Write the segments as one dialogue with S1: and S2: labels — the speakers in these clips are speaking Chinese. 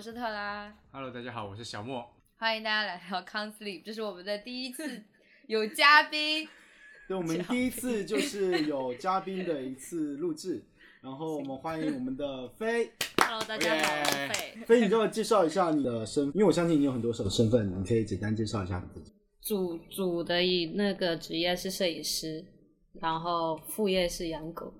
S1: 是特拉，
S2: Hello，大家好，我是小莫。
S1: 欢迎大家来到 Con Sleep，这是我们的第一次有嘉宾，
S3: 对，我们第一次就是有嘉宾的一次录制，然后我们欢迎我们的飞
S4: Hello，大家好，我是费。
S3: 飞，你给我介绍一下你的身，因为我相信你有很多种身份，你可以简单介绍一下你自己。
S4: 主主的一那个职业是摄影师，然后副业是养狗。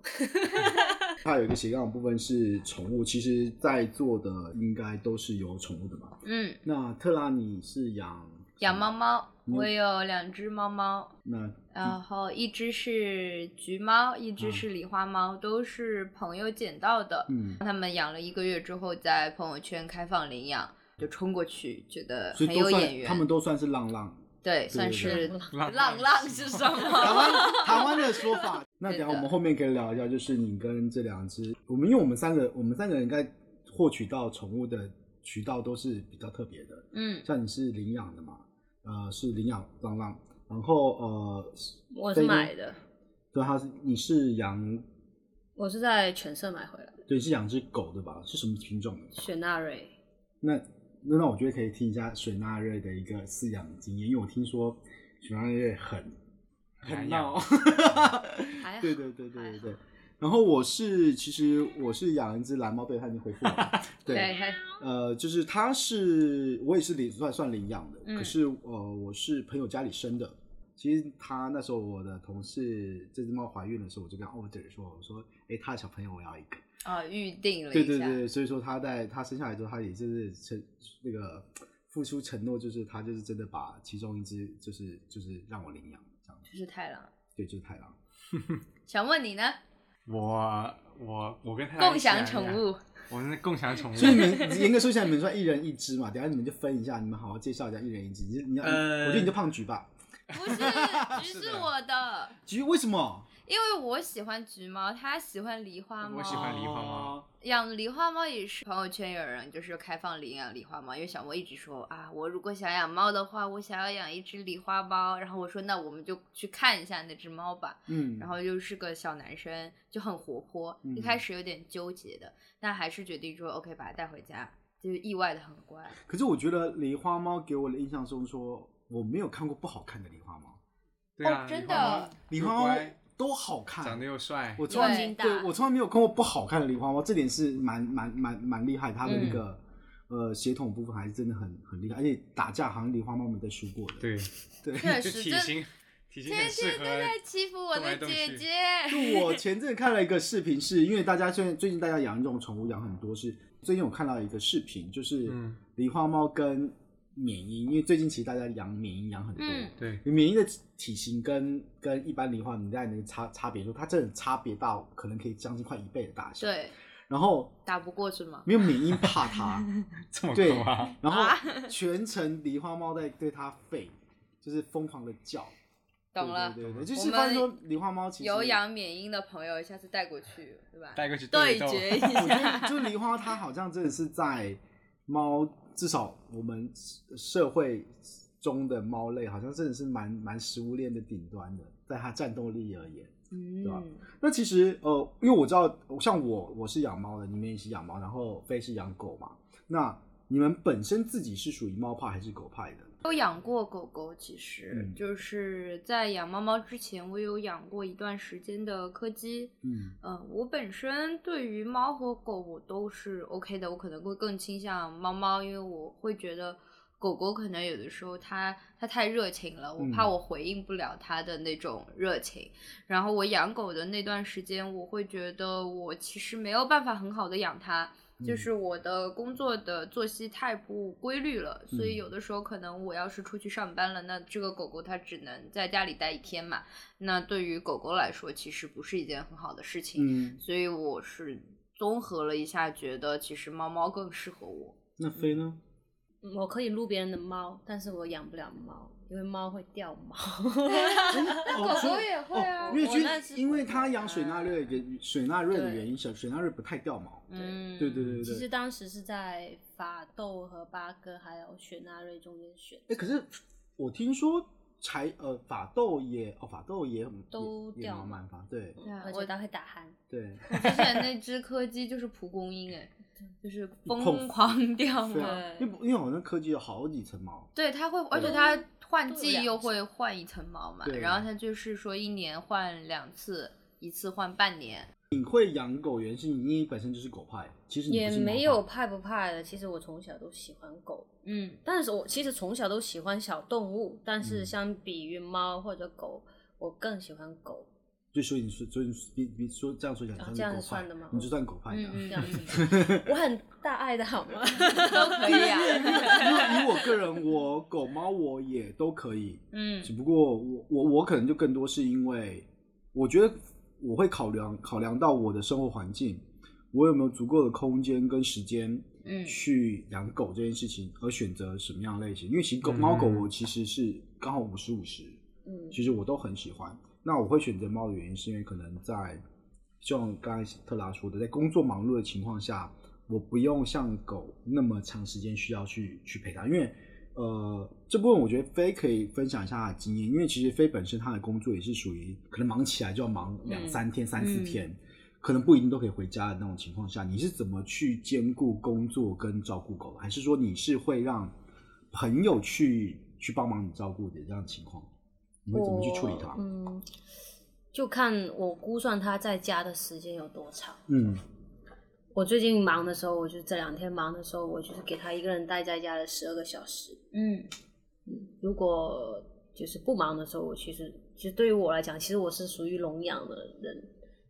S3: 它有一个斜杠的部分是宠物，其实在座的应该都是有宠物的吧？
S1: 嗯，
S3: 那特拉你是养
S1: 养猫，猫，
S3: 嗯
S1: 我有两只猫猫，
S3: 那
S1: 然后一只是橘猫，一只是狸花猫，都是朋友捡到的。
S3: 嗯，
S1: 他们养了一个月之后，在朋友圈开放领养，就冲过去，觉得
S3: 所
S1: 很
S3: 以都
S1: 有眼
S3: 算
S1: 缘。
S3: 他们都算是浪浪，
S1: 对，算
S3: 对
S1: 是
S2: 浪
S1: 浪浪是什
S3: 台
S1: 么？
S3: 湾台湾的说 法。那等一下
S1: 对的
S3: 我们后面可以聊一下，就是你跟这两只，我们因为我们三个，我们三个人应该获取到宠物的渠道都是比较特别的，
S1: 嗯，
S3: 像你是领养的嘛，呃，是领养浪浪，然后呃，
S4: 我是买的，
S3: 对，它是你是养，
S4: 我是在全社买回来的，
S3: 对，是养只狗的吧？是什么品种的？
S4: 雪纳瑞。
S3: 那那那我觉得可以听一下雪纳瑞的一个饲养经验，因为我听说雪纳瑞很
S2: 难
S3: 很
S2: 养
S3: 闹，
S4: 还好
S3: 对对对对对
S4: 还
S3: 对
S4: 好。
S3: 然后我是其实我是养一只蓝猫，对，它已经回复了。
S1: 对，还
S3: 呃，就是它是我也是领算算领养的，
S1: 嗯
S3: 可是呃我是朋友家里生的。其实它那时候我的同事这只猫怀孕的时候，我就跟 order 说，我说，哎，它的小朋友我要一个。
S1: 啊预定了
S3: 对
S1: 一
S3: 对
S1: 下，
S3: 对，所以说他在他生下来之后，他也就是承那个付出承诺，就是他就是真的把其中一只就是就是让我领养这样，
S1: 就是太郎。
S3: 对，就是太郎。
S1: 想问你 呢？
S2: 我我我跟他啊
S1: 共享
S4: 哎
S1: 宠，物，
S2: 我们是共享宠物。
S3: 所以你们 严格说起来，你们算一人一只嘛，等一下你们就分一下，你们好好介绍一下一人一只。你就你要，我
S2: 呃
S3: 觉得你就胖橘吧。
S1: 不是橘
S2: 是
S1: 是
S2: 的
S1: 我的，
S3: 橘为什么？
S1: 因为我喜欢橘猫，它喜欢狸花猫。
S2: 我喜欢狸花猫啊
S3: 哦。
S1: 养狸花猫也是朋友圈有人就是开放领养狸花猫，因为小莫一直说啊，我如果想养猫的话，我想要养一只狸花猫。然后我说那我们就去看一下那只猫吧。
S3: 嗯，
S1: 然后又是个小男生，就很活泼，
S3: 嗯
S1: 一开始有点纠结的，但还是决定说 OK 把它带回家，就是意外的很乖。
S3: 可是我觉得狸花猫给我的印象中说，我没有看过不好看的狸花猫，
S2: 对啊，
S1: 哦真
S2: 狸花
S1: 的哦
S2: 猫
S3: 狸
S2: 又
S3: 花猫
S2: 乖
S3: 都好看，
S2: 长得又帅，
S3: 我从来
S1: 眼
S3: 没
S4: 睛大
S3: 对我从来没有看过不好看的梨花猫，这点是蛮蛮蛮蛮厉害，它的那个、呃血统部分还是真的很很厉害，而且打架好像梨花猫没再输过的。
S2: 对，
S3: 对，
S1: 确
S2: 就
S1: 实，
S2: 体
S1: 真
S2: 型体型
S1: 天
S2: 很适
S1: 天都
S2: 合。
S1: 在欺负我
S2: 动
S1: 的
S2: 来动
S1: 姐
S2: 去
S1: 姐。
S3: 就我前阵看了一个视频是，因为大家现在最近大家养这种宠物养很多是，最近我看到一个视频，就是
S2: 嗯
S3: 梨花猫跟缅因，因为最近其实大家养缅因养很多。
S1: 嗯
S2: 对，
S3: 缅因的体型跟跟一般梨花，你在那个差差别说，它真的差别到可能可以将近快一倍的大小。，
S1: 对，
S3: 然后
S1: 打不过是吗？
S3: 没有缅因怕它，
S2: 这么
S3: 对
S2: 酷啊！
S3: 然后全程狸花猫在对它吠，就是疯狂的叫。
S1: 懂了。
S3: 对对对，就
S1: 我
S3: 是
S1: 们
S3: 发现说狸花猫其实
S1: 有，养缅因的朋友，下次带过去，对吧？
S2: 带过去
S1: 对
S2: 一斗，
S1: 决一
S3: 我觉得
S1: 下。
S3: 就是狸花猫它好像真的是在猫，至少我们社会中的猫类，好像真的是蛮蛮食物链的顶端的，在它战斗力而言。吧
S1: 嗯，
S3: 那其实呃，因为我知道，像我我是养猫的，你们也是养猫，然后飞是养狗嘛。那你们本身自己是属于猫派还是狗派的？
S1: 都养过狗狗，其实、
S3: 嗯
S1: 就是在养猫猫之前，我有养过一段时间的柯基。
S3: 嗯
S1: 嗯，我本身对于猫和狗我都是 OK 的，我可能会更倾向猫猫，因为我会觉得狗狗可能有的时候它它太热情了，我怕
S3: 嗯
S1: 我回应不了它的那种热情。然后我养狗的那段时间，我会觉得我其实没有办法很好的养它，就
S3: 嗯
S1: 是我的工作的作息太不规律了，所以
S3: 嗯
S1: 有的时候可能我要是出去上班了，那这个狗狗它只能在家里待一天嘛。那对于狗狗来说，其实不是一件很好的事情。
S3: 嗯，
S1: 所以我是综合了一下，觉得其实猫猫更适 合 我。
S3: 那飞呢？
S4: 嗯我可以撸别人的猫，但是我养不了猫，因为猫会掉 毛。
S3: 狗
S1: 狗狗也会啊
S3: 因为
S4: 我
S3: 其
S4: 那
S3: 实
S4: 是
S3: 哦因为
S4: 狗狗
S3: 它养水纳瑞的水纳瑞的
S4: 对
S3: 原因，小水纳瑞不太掉毛。
S1: 嗯，
S3: 对对对
S4: 其
S3: 对
S4: 实
S3: 对。
S4: 当时是在法斗和八哥还有雪纳瑞中间选，
S3: 哎，可是我听说柴呃法斗也哦法斗也很
S4: 都
S3: 也也
S4: 掉
S3: 蛮蛮发对
S1: 对啊
S4: 而
S1: 我
S4: 且它会打鼾。
S3: 对。
S1: 之前那只柯基就是蒲公英哎，就是
S3: 碰
S1: 疯狂掉
S3: 对
S1: 毛。
S3: 啊，因为因为好像柯基有好几层毛，
S1: 对，它会，而且
S4: 对
S1: 它换
S4: 都有
S1: 季
S4: 两
S1: 又会换一层毛嘛，
S3: 对
S1: 然后它就是说一年换两次，一次换半年。
S3: 你会养狗原是你因为本身就是狗派，其实你不
S4: 也
S3: 是猫派
S4: 没有怕不怕的。其实我从小都喜欢狗，
S1: 嗯，
S4: 但是我其实从小都喜欢小动物，但是
S3: 嗯
S4: 相比于猫或者狗，我更喜欢 狗。
S3: 就所以你说，所以你比比说这样说起来，
S4: 啊
S3: 你
S4: 这样
S3: 是狗
S4: 算
S3: 派
S4: 的吗
S3: 你就算狗派的。
S1: 嗯
S4: 这样子，我很大爱的好吗？
S1: 都可以啊。
S3: 因为以我个人，我狗猫我也都可以，
S1: 嗯
S3: 只不过我我我可能就更多是因为，我觉得我会考量考量到我的生活环境，我有没有足够的空间跟时间
S1: 嗯
S3: 去养狗这件事情，而选择什么样的类型。因为其实狗
S2: 嗯
S3: 猫狗我其实是刚好五十五十，
S4: 嗯，
S3: 其实我都很喜欢。那我会选择猫的原因，是因为可能在就像刚才特拉说的，在工作忙碌的情况下，我不用像狗那么长时间需要去去陪它，因为呃这部分我觉得飞可以分享一下他的经验，因为其实飞本身他的工作也是属于可能忙起来就要忙两
S4: 嗯
S3: 三天、三四
S1: 嗯
S3: 天。可能不一定都可以回家的那种情况下，你是怎么去兼顾工作跟照顾狗的？还是说你是会让朋友去去帮忙你照顾的这样的情况？你会怎么去处理它
S4: 我？嗯，就看我估算他在家的时间有多长。
S3: 嗯
S4: 我最近忙的时候，我就这两天忙的时候，我就是给他一个人待在家的十二个小时。
S1: 嗯
S4: 如果就是不忙的时候，我其实其实对于我来讲，其实我是属于笼养的人，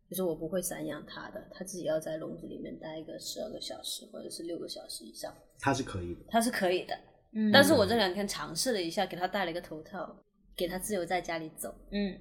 S4: 就是我不会散养它的，它自己要在笼子里面待一个十二个小时或者是六个小时以上，
S3: 它是可以的。
S4: 它是可以的。
S1: 嗯，
S4: 但是我这两天尝试了一下，给它戴了一个头套，给它自由在家里走，
S1: 嗯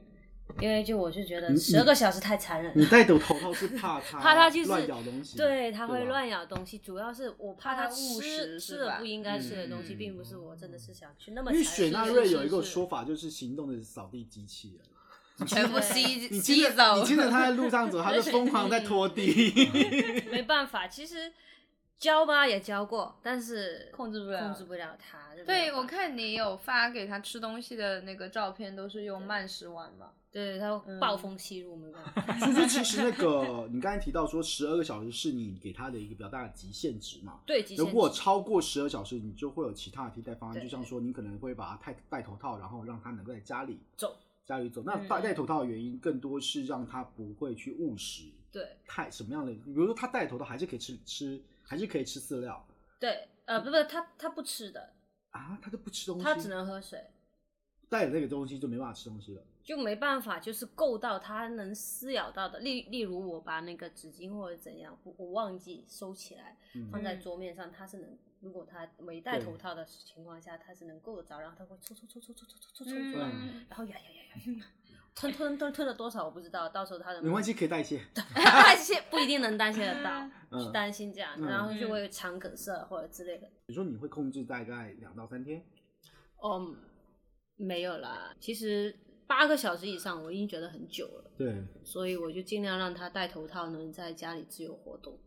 S4: 因为就我就觉得
S3: 嗯你
S4: 十二个小时太残忍
S3: 你
S4: 了。
S3: 戴头头套是怕它
S4: 怕它就是
S3: 乱咬东西，
S4: 对，它会
S3: 吧
S4: 乱咬东西，主要是我怕
S1: 怕
S4: 它
S1: 它误食
S4: 吃吃
S1: 是
S4: 了
S1: 吧
S4: 不应该吃的
S1: 嗯
S4: 东西，
S1: 嗯
S4: 并不是我真的是想去那么
S3: 因为
S4: 残
S3: 雪
S4: 忍。
S3: 纳
S1: 是
S3: 瑞
S1: 是
S3: 有一个
S1: 是
S3: 说法，就是行动的扫地机器人。
S1: 全部
S4: 对
S1: 吸
S3: 你
S1: 吸
S3: 牵着
S1: 走。
S3: 你牵着它在路上走，它就疯狂在拖 地。
S4: 没办法，其实教吧也教过，但是
S1: 控制不了
S4: 控制不了它。这没
S1: 对，
S4: 有办
S1: 我
S4: 法，
S1: 看你有发给他吃东西的那个照片，都是用慢食碗嘛。
S4: 对它
S1: 嗯
S4: 暴风吸入，没办法。
S3: 所以说，其实那个你刚才提到说十二个小时是你给它的一个比较大的极限值嘛？
S4: 对，极限
S3: 如果
S4: 值
S3: 超过十二小时，你就会有其他的替代方案，
S4: 对
S3: 就像说你可能会把它戴戴头套，然后让它能够在家里
S4: 走，
S3: 家里走。那
S1: 嗯
S3: 戴戴头套的原因更多是让它不会去误食
S4: 对
S3: 太什么样的，比如说它戴头套还是可以吃吃，还是可以吃饲料
S4: 对，呃，不不，它它不吃的，
S3: 啊，它就不吃东西，
S4: 它只能喝水，
S3: 戴了那个东西就没办法吃东西了。
S4: 就没办法，就是够到它能撕咬到的。例例如我把那个纸巾或者怎样，我我忘记收起来，放
S3: 嗯，
S4: 在
S1: 嗯
S4: 桌面上，它是能。如果它没戴
S3: 对
S4: 头套的情况下，它是能够得着，然后它会抽抽抽抽抽抽抽抽抽出来，
S1: 嗯，
S4: 然后呀呀呀呀呀， 吞吞吞吞了多少我不知道，到时候它的
S3: 没关系，可以带一些。
S4: 担心 不一定能担心得到，
S3: 嗯
S4: 去担心这样，
S3: 嗯
S4: 然后就会肠梗塞或者之类的。
S3: 比如说你会控制大概两到三天，
S4: 哦，没有啦，其实八个小时以上我已经觉得很久了，
S3: 对，
S4: 所以我就尽量让他戴头套，能在家里自由活动。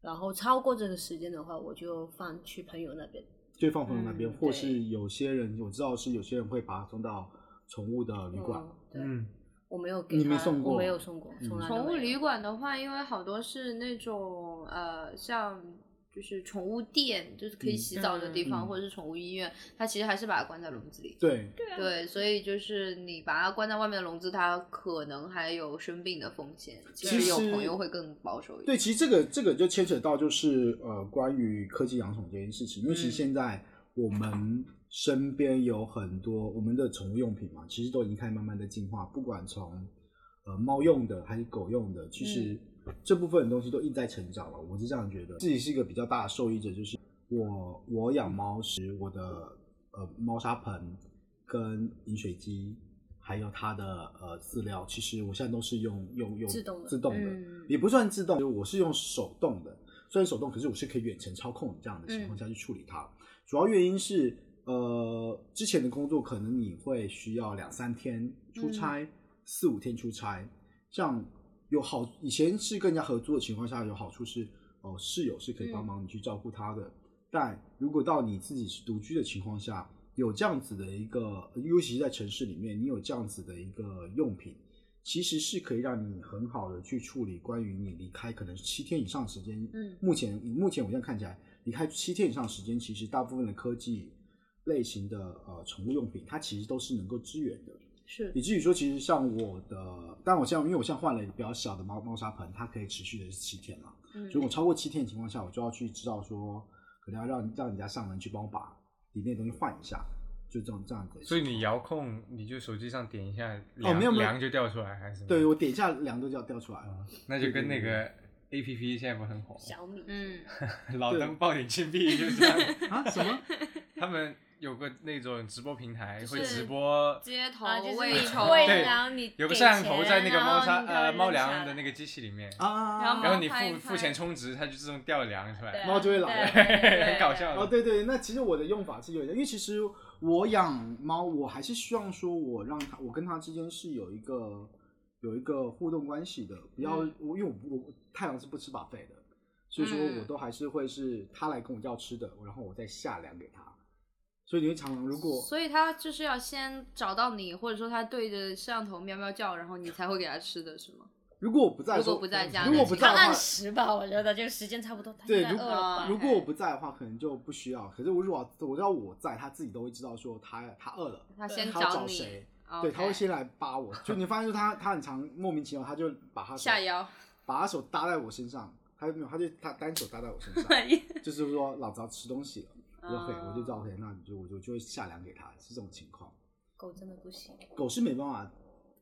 S4: 然后超过这个时间的话，我就放去朋友那边。
S3: 就放朋友那边，
S1: 嗯
S3: 或
S4: 对
S3: 是有些人我知道是有些人会把它送到宠物的旅馆。
S4: 嗯，对，
S2: 嗯，
S4: 我没有给
S3: 你
S4: 他
S3: 没送过
S4: 我没有送过，
S3: 嗯
S4: 从来都没
S1: 宠物
S4: 有
S1: 旅馆的话，因为好多是那种呃，像就是宠物店，就是可以洗澡的地
S3: 嗯嗯
S1: 方，或者是宠物医院，它其实还是把它关在笼子里。
S3: 对，
S1: 对，所以就是你把它关在外面的笼子，它可能还有生病的风险。其
S3: 其
S1: 实有
S3: 实
S1: 朋友会更保守一
S3: 对，
S1: 点。
S3: 其实这个这个就牵扯到就是呃，关于科技养宠这件事情，因为其实
S1: 嗯
S3: 现在我们身边有很多我们的宠物用品嘛，其实都已经开始慢慢的进化，不管从呃猫用的还是狗用的，其实
S1: 嗯
S3: 这部分的东西都一直在成长了。我是这样觉得，自己是一个比较大的受益者，就是我我养猫时，我的呃猫砂盆跟饮水机。还有它的呃饲料，其实我现在都是用用用
S4: 自动的
S3: 自动的，
S4: 嗯
S3: 也不算自动，我是用手动的。虽然手动，可是我是可以远程操控这样的情况下去处理它。主要原因是，呃，之前的工作可能你会需要两三天出差，四五天出差。像有好以前是跟人家合租的情况下，有好处是，哦、室友是可以帮忙你去照顾他的。但如果到你自己是独居的情况下，有这样子的一个，尤其是在城市里面，你有这样子的一个用品，其实是可以让你很好的去处理关于你离开可能七天以上时间。
S4: 嗯
S3: 目前以目前我现在看起来，离开七天以上时间，其实大部分的科技类型的呃宠物用品，它其实都是能够支援的。
S4: 是
S3: 以至于说，其实像我的，但我现在因为我现在换了一个比较小的猫猫砂盆，它可以持续的是七天嘛。
S1: 嗯
S3: 如果超过七天的情况下，我就要去知道说，可能要让让人家上门去帮我把里面的东西换一下，就这种这样子。
S2: 所以你遥控，你就手机上点一下，
S3: 哦
S2: 凉
S3: 没有没有
S2: 凉就掉出来还是什么？
S3: 对我点一下凉都就要掉出来了。
S2: 啊，那就跟那个 A P P 现在不是很火，
S4: 小米，
S1: 嗯，
S2: 老登爆点禁闭就是这样
S3: 啊？什么？
S2: 他们有个那种直播平台
S1: 就是
S2: 会直播，
S1: 街头
S4: 啊，就是
S1: 喂
S4: 你
S1: 宠，
S4: 喂
S2: 对
S4: 粮，你
S2: 有个
S4: 给
S2: 摄像头
S4: 钱
S2: 在那个
S4: 然
S2: 猫
S4: 后
S2: 砂
S4: 你它
S2: 呃
S4: 会
S2: 猫
S4: 扔下
S2: 粮的
S4: 来
S2: 那个机器里面，
S3: 啊？
S1: 然后
S2: 然后你
S1: 猫拍一
S2: 付付
S1: 拍
S2: 钱充值，它就自动掉粮出
S4: 对
S2: 来
S4: 啊，
S3: 猫就会来
S4: 对 对对
S2: 很搞笑
S3: 哦，
S2: 的。
S3: 对对，那其实我的用法是有点，因为其实我养猫，我还是希望说我让它，我跟它之间是有一个有一个互动关系的，不要、
S1: 嗯
S3: 我因为我不我太阳是不吃把费的，所以说
S1: 嗯
S3: 我都还是会是它来跟我要吃的，然后我再下粮给它。所以你会常常如果
S1: 所以它就是要先找到你，或者说它对着摄像头喵喵叫，然后你才会给它吃的是吗？
S3: 如果我不在的时候，
S1: 如果不在
S3: 嗯
S1: 家
S3: 如果
S1: 那
S3: 我不
S1: 就
S3: 在的
S4: 他
S3: 话
S4: 按，时吧，我觉得就时间差不多，他
S3: 对
S4: 应该
S3: 如
S4: 饿了吧
S1: 啊
S3: 如果我不在的话，可能就不需要。可是我如果我知道我在，它自己都会知道说它它饿了，
S1: 它先
S3: 它要
S1: 找
S3: 找
S1: 你
S3: 谁。
S1: o
S3: 对，他会先来扒我，就你发现就是他，他很常莫名其妙，他就把他手
S1: 下腰，，
S3: 把他手搭在我身上，他就没有，他就他单手搭在我身上 就是说老子要吃东西了，
S4: 哦
S3: 我就 OK，
S1: 啊
S3: 我就知道 OK，那你就我就就会下粮给他，是这种情况。
S4: 狗真的不行，
S3: 狗是没办法，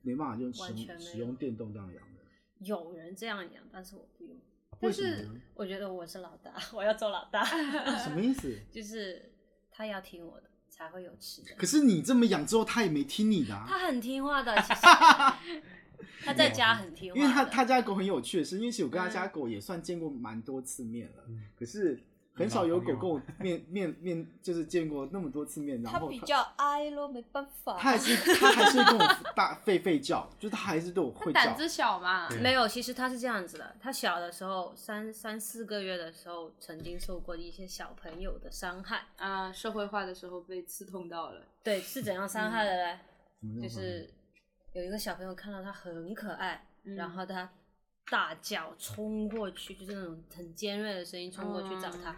S3: 没办法用使
S4: 完全
S3: 用
S4: 没有
S3: 使用电动这样养的，
S4: 有人这样养，但是我不用，
S3: 为
S1: 但
S3: 什
S1: 是
S3: 么呢？
S4: 我觉得我是老大， 我要做老大，嗯
S3: 什么意思？
S4: 就是他要听我的才会有吃的。
S3: 可是你这么养之后，他也没听你的、啊，
S4: 他很听话的，其实他在家很听话的，嗯
S3: 因为他他家狗很有趣的是，因为其实我跟他家狗也算见过蛮多次面了，
S2: 嗯
S3: 可是很少有狗跟我面面面就是见过那么多次面，然
S4: 他
S3: 后
S4: 比较哀咯，没办法。
S3: 他还 是他还是跟我大吠吠叫，就是他还是对我
S1: 它
S3: 会
S1: 胆
S3: 叫。
S1: 子小嘛，
S2: 对
S4: 没有，其实他是这样子的。他小的时候，三三四个月的时候，曾经受过一些小朋友的伤害。
S1: 啊、社会化的时候被刺痛到了，
S4: 对，是怎样伤害的嘞？
S3: 怎么样
S4: 就是有一个小朋友看到他很可爱，
S1: 嗯
S4: 然后他大叫冲过去，就是那种很尖锐的声音冲过去找
S3: 哦
S4: 他，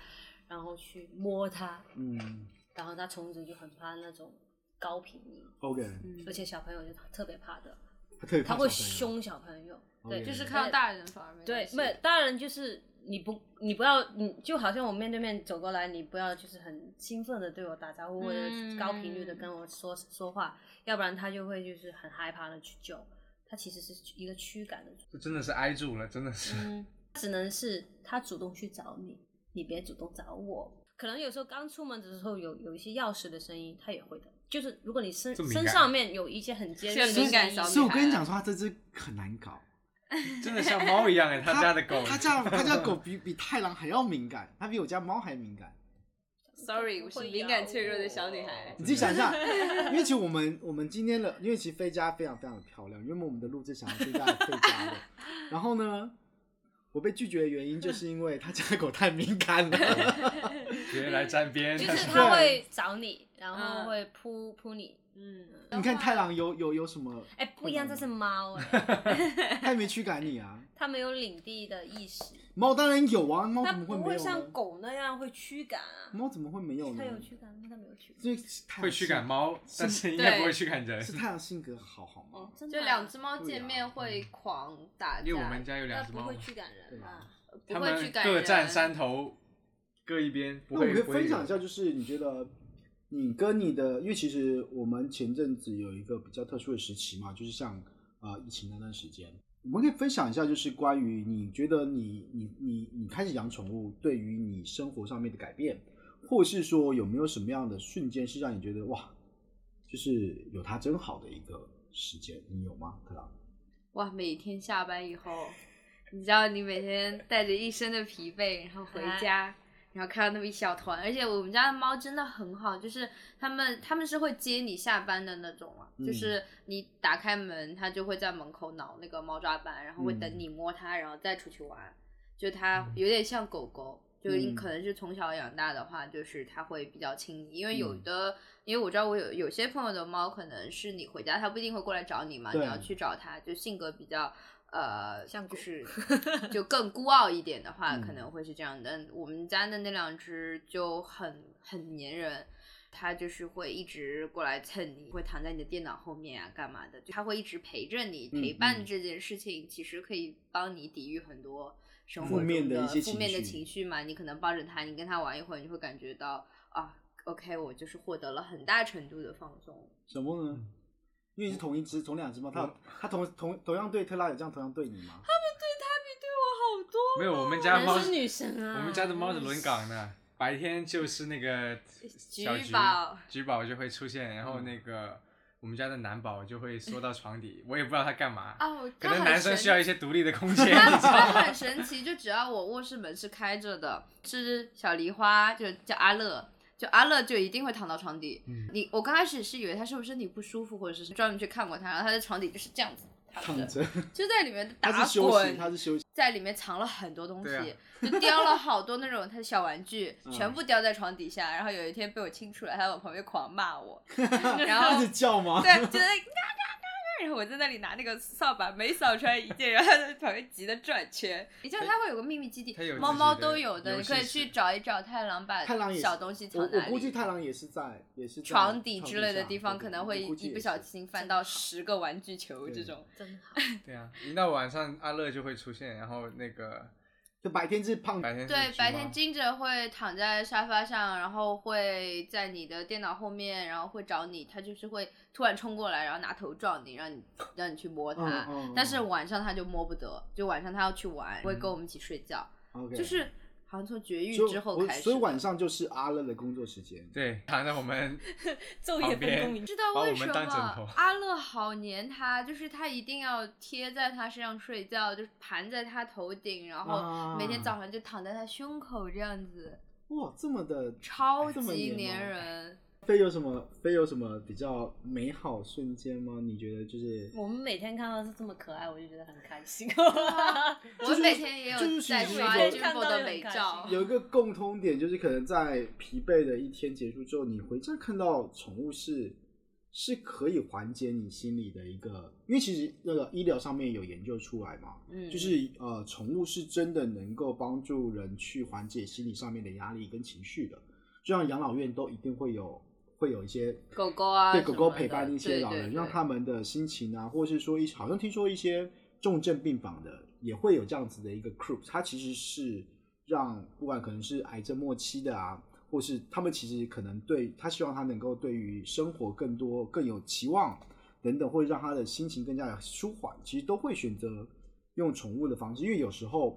S4: 然后去摸他，
S3: 嗯
S4: 然后他从此就很怕那种高频音，
S3: ，OK，
S1: 嗯
S4: 而且小朋友就特别怕的，
S3: 他特别怕
S4: 他会
S3: 小朋友，
S4: 凶小朋友，对，
S3: OK
S1: 就是看
S4: 看到
S1: 到大人反而没
S4: 对，
S1: 没
S4: 没当然就是你不你不要你就好像我面对面走过来，你不要就是很兴奋的对我打招呼，或者
S1: 嗯
S4: 高频率的跟我说说话，要不然他就会就是很害怕的去救。他其实是一个驱赶的，
S2: 这真的是挨住了，真的 是。
S4: 嗯，只能是他主动去找你，你别主动找我。可能有时候刚出门的时候有有一些钥匙的声音，他也会的。就是如果你身
S2: 这么敏
S4: 身
S2: 感
S4: 上面有一些很尖锐的
S1: 这
S4: 声
S1: 敏感
S4: 音
S1: 小女
S3: 所以我跟你讲说，他这只很难搞。
S2: 真的像猫一样哎，他家的狗，
S3: 他家他家 狗比比太郎还要敏感，他比我家猫还敏感。
S1: ，sorry，我是敏感脆弱的小女孩
S3: 你，自己想一 下，因为其实我们我们今天的，因为其实飞家非常非常的漂亮，因为我们的录制想要飞家飞家的，然后呢，我被拒绝的原因就是因为他家的狗太敏感 了，
S2: 别来沾边。
S4: 就是他会找你，然后
S1: 嗯
S4: 会扑扑你。
S1: 嗯，
S3: 你看太郎有有有什么，
S4: 哎，不一样，这是猫哎、
S3: 他也没驱赶你啊，
S4: 它没有领地的意识，
S3: 猫当然有啊，猫
S4: 它
S3: 怎么
S4: 不
S3: 没
S4: 会
S3: 有
S4: 像
S3: 呢？
S4: 狗那样会驱赶啊。
S3: 猫怎么会没有
S4: 它
S3: 呢？
S4: 有驱赶吗，它没有驱赶。
S3: 所以太阳
S2: 会驱赶猫，
S3: 是
S2: 但是应该
S1: 对
S2: 不会驱赶人。
S3: 是太阳性格好好
S4: 哦
S3: 吗？，
S4: 真的
S1: 就
S4: 啊
S1: 两只猫见
S3: 嗯
S1: 面会狂打架，
S2: 因为我们家有
S4: 那
S2: 两只
S4: 不
S2: 猫
S4: 会，驱赶人啊。
S1: 不
S2: 它
S1: 会去
S2: 们
S1: 感
S2: 各
S1: 人
S2: 占山头，各一边。不
S3: 那我
S2: 会
S3: 们可以
S2: 不会
S3: 分享
S2: 有
S3: 一下，就是你觉得你跟你的，因为其实我们前阵子有一个比较特殊的时期嘛，就是像呃疫情那段时间，我们可以分享一下，就是关于你觉得你你你你开始养宠物对于你生活上面的改变，或是说有没有什么样的瞬间是让你觉得哇，就是有它真好的一个时间，你有吗，特朗？
S1: 哇，每天下班以后，你知道你每天带着一身的疲惫，然后回
S3: 啊
S1: 家，然后看到那么一小团，而且我们家的猫真的很好，就是它们它们是会接你下班的那种啊，
S3: 嗯
S1: 就是你打开门，它就会在门口挠
S3: 嗯
S1: 那个猫抓板，然后会等你摸它，然后再出去玩，就它有点像狗狗，就
S3: 嗯
S1: 可能是从小养大的话，就是它会比较亲你，因为有
S3: 嗯
S1: 的，因为我知道我有有些朋友的猫，可能是你回家它不一定会过来找你嘛，你
S3: 对
S1: 要去找它，就性格比较呃，
S4: 像
S1: 就
S4: 狗
S1: 是就更孤傲一点的话，
S3: 嗯
S1: 可能会是这样的。我们家的那两只就很很粘人。它就是会一直过来蹭你，会躺在你的电脑后面啊，干嘛的？就它会一直陪着你，
S3: 嗯
S1: 陪伴
S3: 嗯
S1: 这件事情，其实可以帮你抵御很多生
S3: 负
S1: 活
S3: 面
S1: 中
S3: 的一些
S1: 负
S3: 情
S1: 面的
S3: 绪
S1: 情绪嘛，你可能抱着它，你跟它玩一会儿，你会感觉到啊，OK，我就是获得了很大程度的放松。
S3: 小莫呢？
S1: 嗯
S3: 因为你是同一只，同两只猫，它
S2: 我
S3: 它同同同样对特拉有这样，同样对你吗？
S1: 对我好多，
S2: 没有，我们家猫
S4: 男
S2: 是
S4: 生，女生
S1: 嗯
S4: 啊，
S2: 我们家的猫是轮岗的，白天就是那个小
S1: 菊宝嗯
S2: 菊宝就会出现，然后那个我们家的男宝就会缩到 床底，我也不知道他干嘛，
S1: 哦，
S2: 可
S1: 它
S2: 能
S1: 很
S2: 男生
S1: 神
S2: 需要一些独立的空 间，
S1: 它
S2: 你知道吗？
S1: 它很神奇，就只要我卧室门是开着的，是小梨花，就叫阿乐。就阿乐就一定会躺到床底，
S2: 嗯
S1: 你我刚开始是以为他是不是身体不舒服，或者是专门去看过他，然后他在床底就是这样子躺
S3: 躺
S1: 着，
S3: 着，
S1: 就在里面打
S3: 它
S1: 滚，
S3: 是休息，它是休息。
S1: 在里面藏了很多东西，
S2: 对啊
S1: 就叼了好多那种他的小玩具，
S3: 嗯
S1: 全部叼在床底下。然后有一天被我清出来，他在我旁边狂骂我，然
S3: 它
S1: 后
S3: 一直叫吗？
S1: 对，就在那里嘎嘎嘎嘎，然后我在那里拿那个扫把，每扫出来一件，然后他在旁边急的转圈。你知道它会有个秘密基地
S2: 它有，自
S1: 猫
S2: 己
S1: 猫
S2: 的
S1: 都有的，
S2: 游
S1: 你
S2: 戏
S1: 可以
S2: 室
S1: 去找一找太郎把
S3: 太郎也是
S1: 小东西
S3: 我
S1: 藏
S3: 我
S1: 哪里。
S3: 估计太郎也是在，也是在
S1: 床底之类的
S3: 下
S1: 地方，
S3: 对
S1: 可能
S3: 我
S1: 会
S3: 估计
S1: 一
S3: 也
S1: 不
S3: 是
S1: 小心翻到十个玩具球
S3: 对
S1: 这种。
S4: 真好，
S2: 对啊，一到晚上阿乐就会出现，然后那个
S3: 就白天是胖，
S1: 啊
S2: 白天是
S1: 对，
S2: 橘
S1: 白
S2: 猫
S1: 天金着会躺在沙发上，然后会在你的电脑后面，然后会找你，它就是会突然冲过来，然后拿头撞你，让你让你去摸它。
S3: 嗯嗯嗯
S1: 但是晚上它就摸不得，就晚上它要去玩，会跟我们一起睡觉，
S3: OK
S1: 就是好像从绝育
S3: 嗯就
S1: 之后
S3: 我
S1: 开始。
S3: 所以晚上就是阿乐的工作时间。
S2: 对躺在我们
S4: 昼夜
S2: 旁
S4: 分
S2: 边
S4: 工一致
S1: 知道
S2: 把
S1: 为
S2: 我
S1: 什
S2: 们
S1: 么
S2: 当枕头
S1: 阿乐好黏它，就是它一定要贴在它身上睡觉，就是盘在它头顶，然后每天
S3: 啊
S1: 早上就躺在它胸口这样子，
S3: 哇，这么的
S1: 超
S3: 这么
S1: 级
S3: 黏
S1: 黏
S3: 哦
S1: 人。
S3: 飞有什么飞有什么比较美好瞬间吗？你觉得就是
S4: 我们每天看到是这么可爱，我就觉得很开心。
S1: 我每天也
S3: 就
S1: 有
S3: 是
S1: 在
S3: 就是
S1: 刷
S3: 有
S1: Jumbo 的美照，
S3: 有一个共通点，就是可能在疲惫的一天结束之后，你回家看到宠物是是可以缓解你心里的一个，因为其实那个医疗上面有研究出来嘛，
S1: 嗯
S3: 就是呃，宠物是真的能够帮助人去缓解心理上面的压力跟情绪的，就像养老院都一定会有会有一些
S1: 狗狗啊
S3: 对
S1: 什么
S3: 狗
S1: 的
S3: 狗陪伴一些
S1: 对
S3: 老人，
S1: 对对
S3: 让他们的心情啊，或是说一些好像听说一些重症病房的也会有这样子的一个 group，它其实是让不管可能是癌症末期的啊，或是他们其实可能对他希望他能够对于生活更多更有期望等等，或者让他的心情更加的舒缓，其实都会选择用宠物的方式，因为有时候。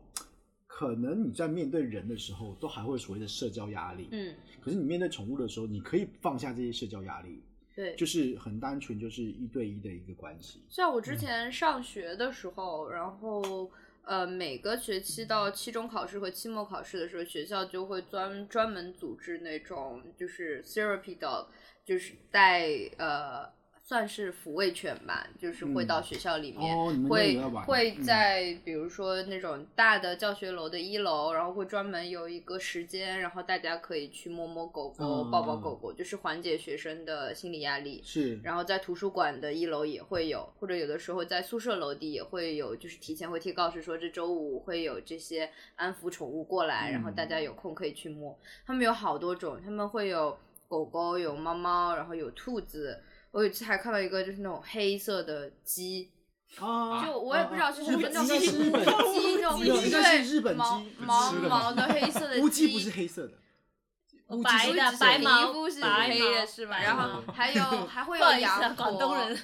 S3: 可能你在面对人的时候，都还会有所谓的社交压力。，
S1: 嗯
S3: 可是你面对宠物的时候，你可以放下这些社交压力，
S1: 对。
S3: 就是很单纯，就是一对一的一个关系。
S1: 像我之前上学的时候，然后呃每个学期到期中考试和期末考试的时候，学校就会专专门组织那种就是 therapy dog，就是带呃算是抚慰犬吧，就是会
S3: 嗯
S1: 到学校里面。
S3: 哦，你们那里
S1: 会
S3: 有在玩
S1: 会
S3: 嗯
S1: 在比如说那种大的教学楼的一楼，然后会专门有一个时间，然后大家可以去摸摸狗狗、
S3: 嗯
S1: 抱抱狗狗，就是缓解学生的心理压力。
S3: 是，
S1: 然后在图书馆的一楼也会有，或者有的时候在宿舍楼底也会有，就是提前会贴告示说这周五会有这些安抚宠物过来，然后大家
S3: 嗯
S1: 有空可以去摸。他们有好多种，他们会有狗狗，有猫猫，然后有兔子。我有一次还看到一个就是那种黑色的鸡，
S3: 啊，
S1: 就我也不知道是什么
S3: 日
S1: 那种
S3: 本鸡是日本
S1: 鸡那种
S3: 鸡应该是日本鸡
S1: 毛
S3: 不是
S1: 毛
S2: 吃的吗
S1: 毛的黑色的呃
S3: 乌鸡不是黑色的，乌鸡
S4: 白
S3: 是
S4: 的
S3: 紫
S4: 白
S1: 皮
S4: 毛
S1: 肤是
S4: 白
S1: 黑
S4: 毛
S1: 的是吧？
S4: 白
S1: 然
S4: 毛
S1: 后还 有还 会
S4: 嗯不好
S1: 有
S4: 意思
S1: 羊
S4: 啊
S1: 驼，，
S4: 广东人。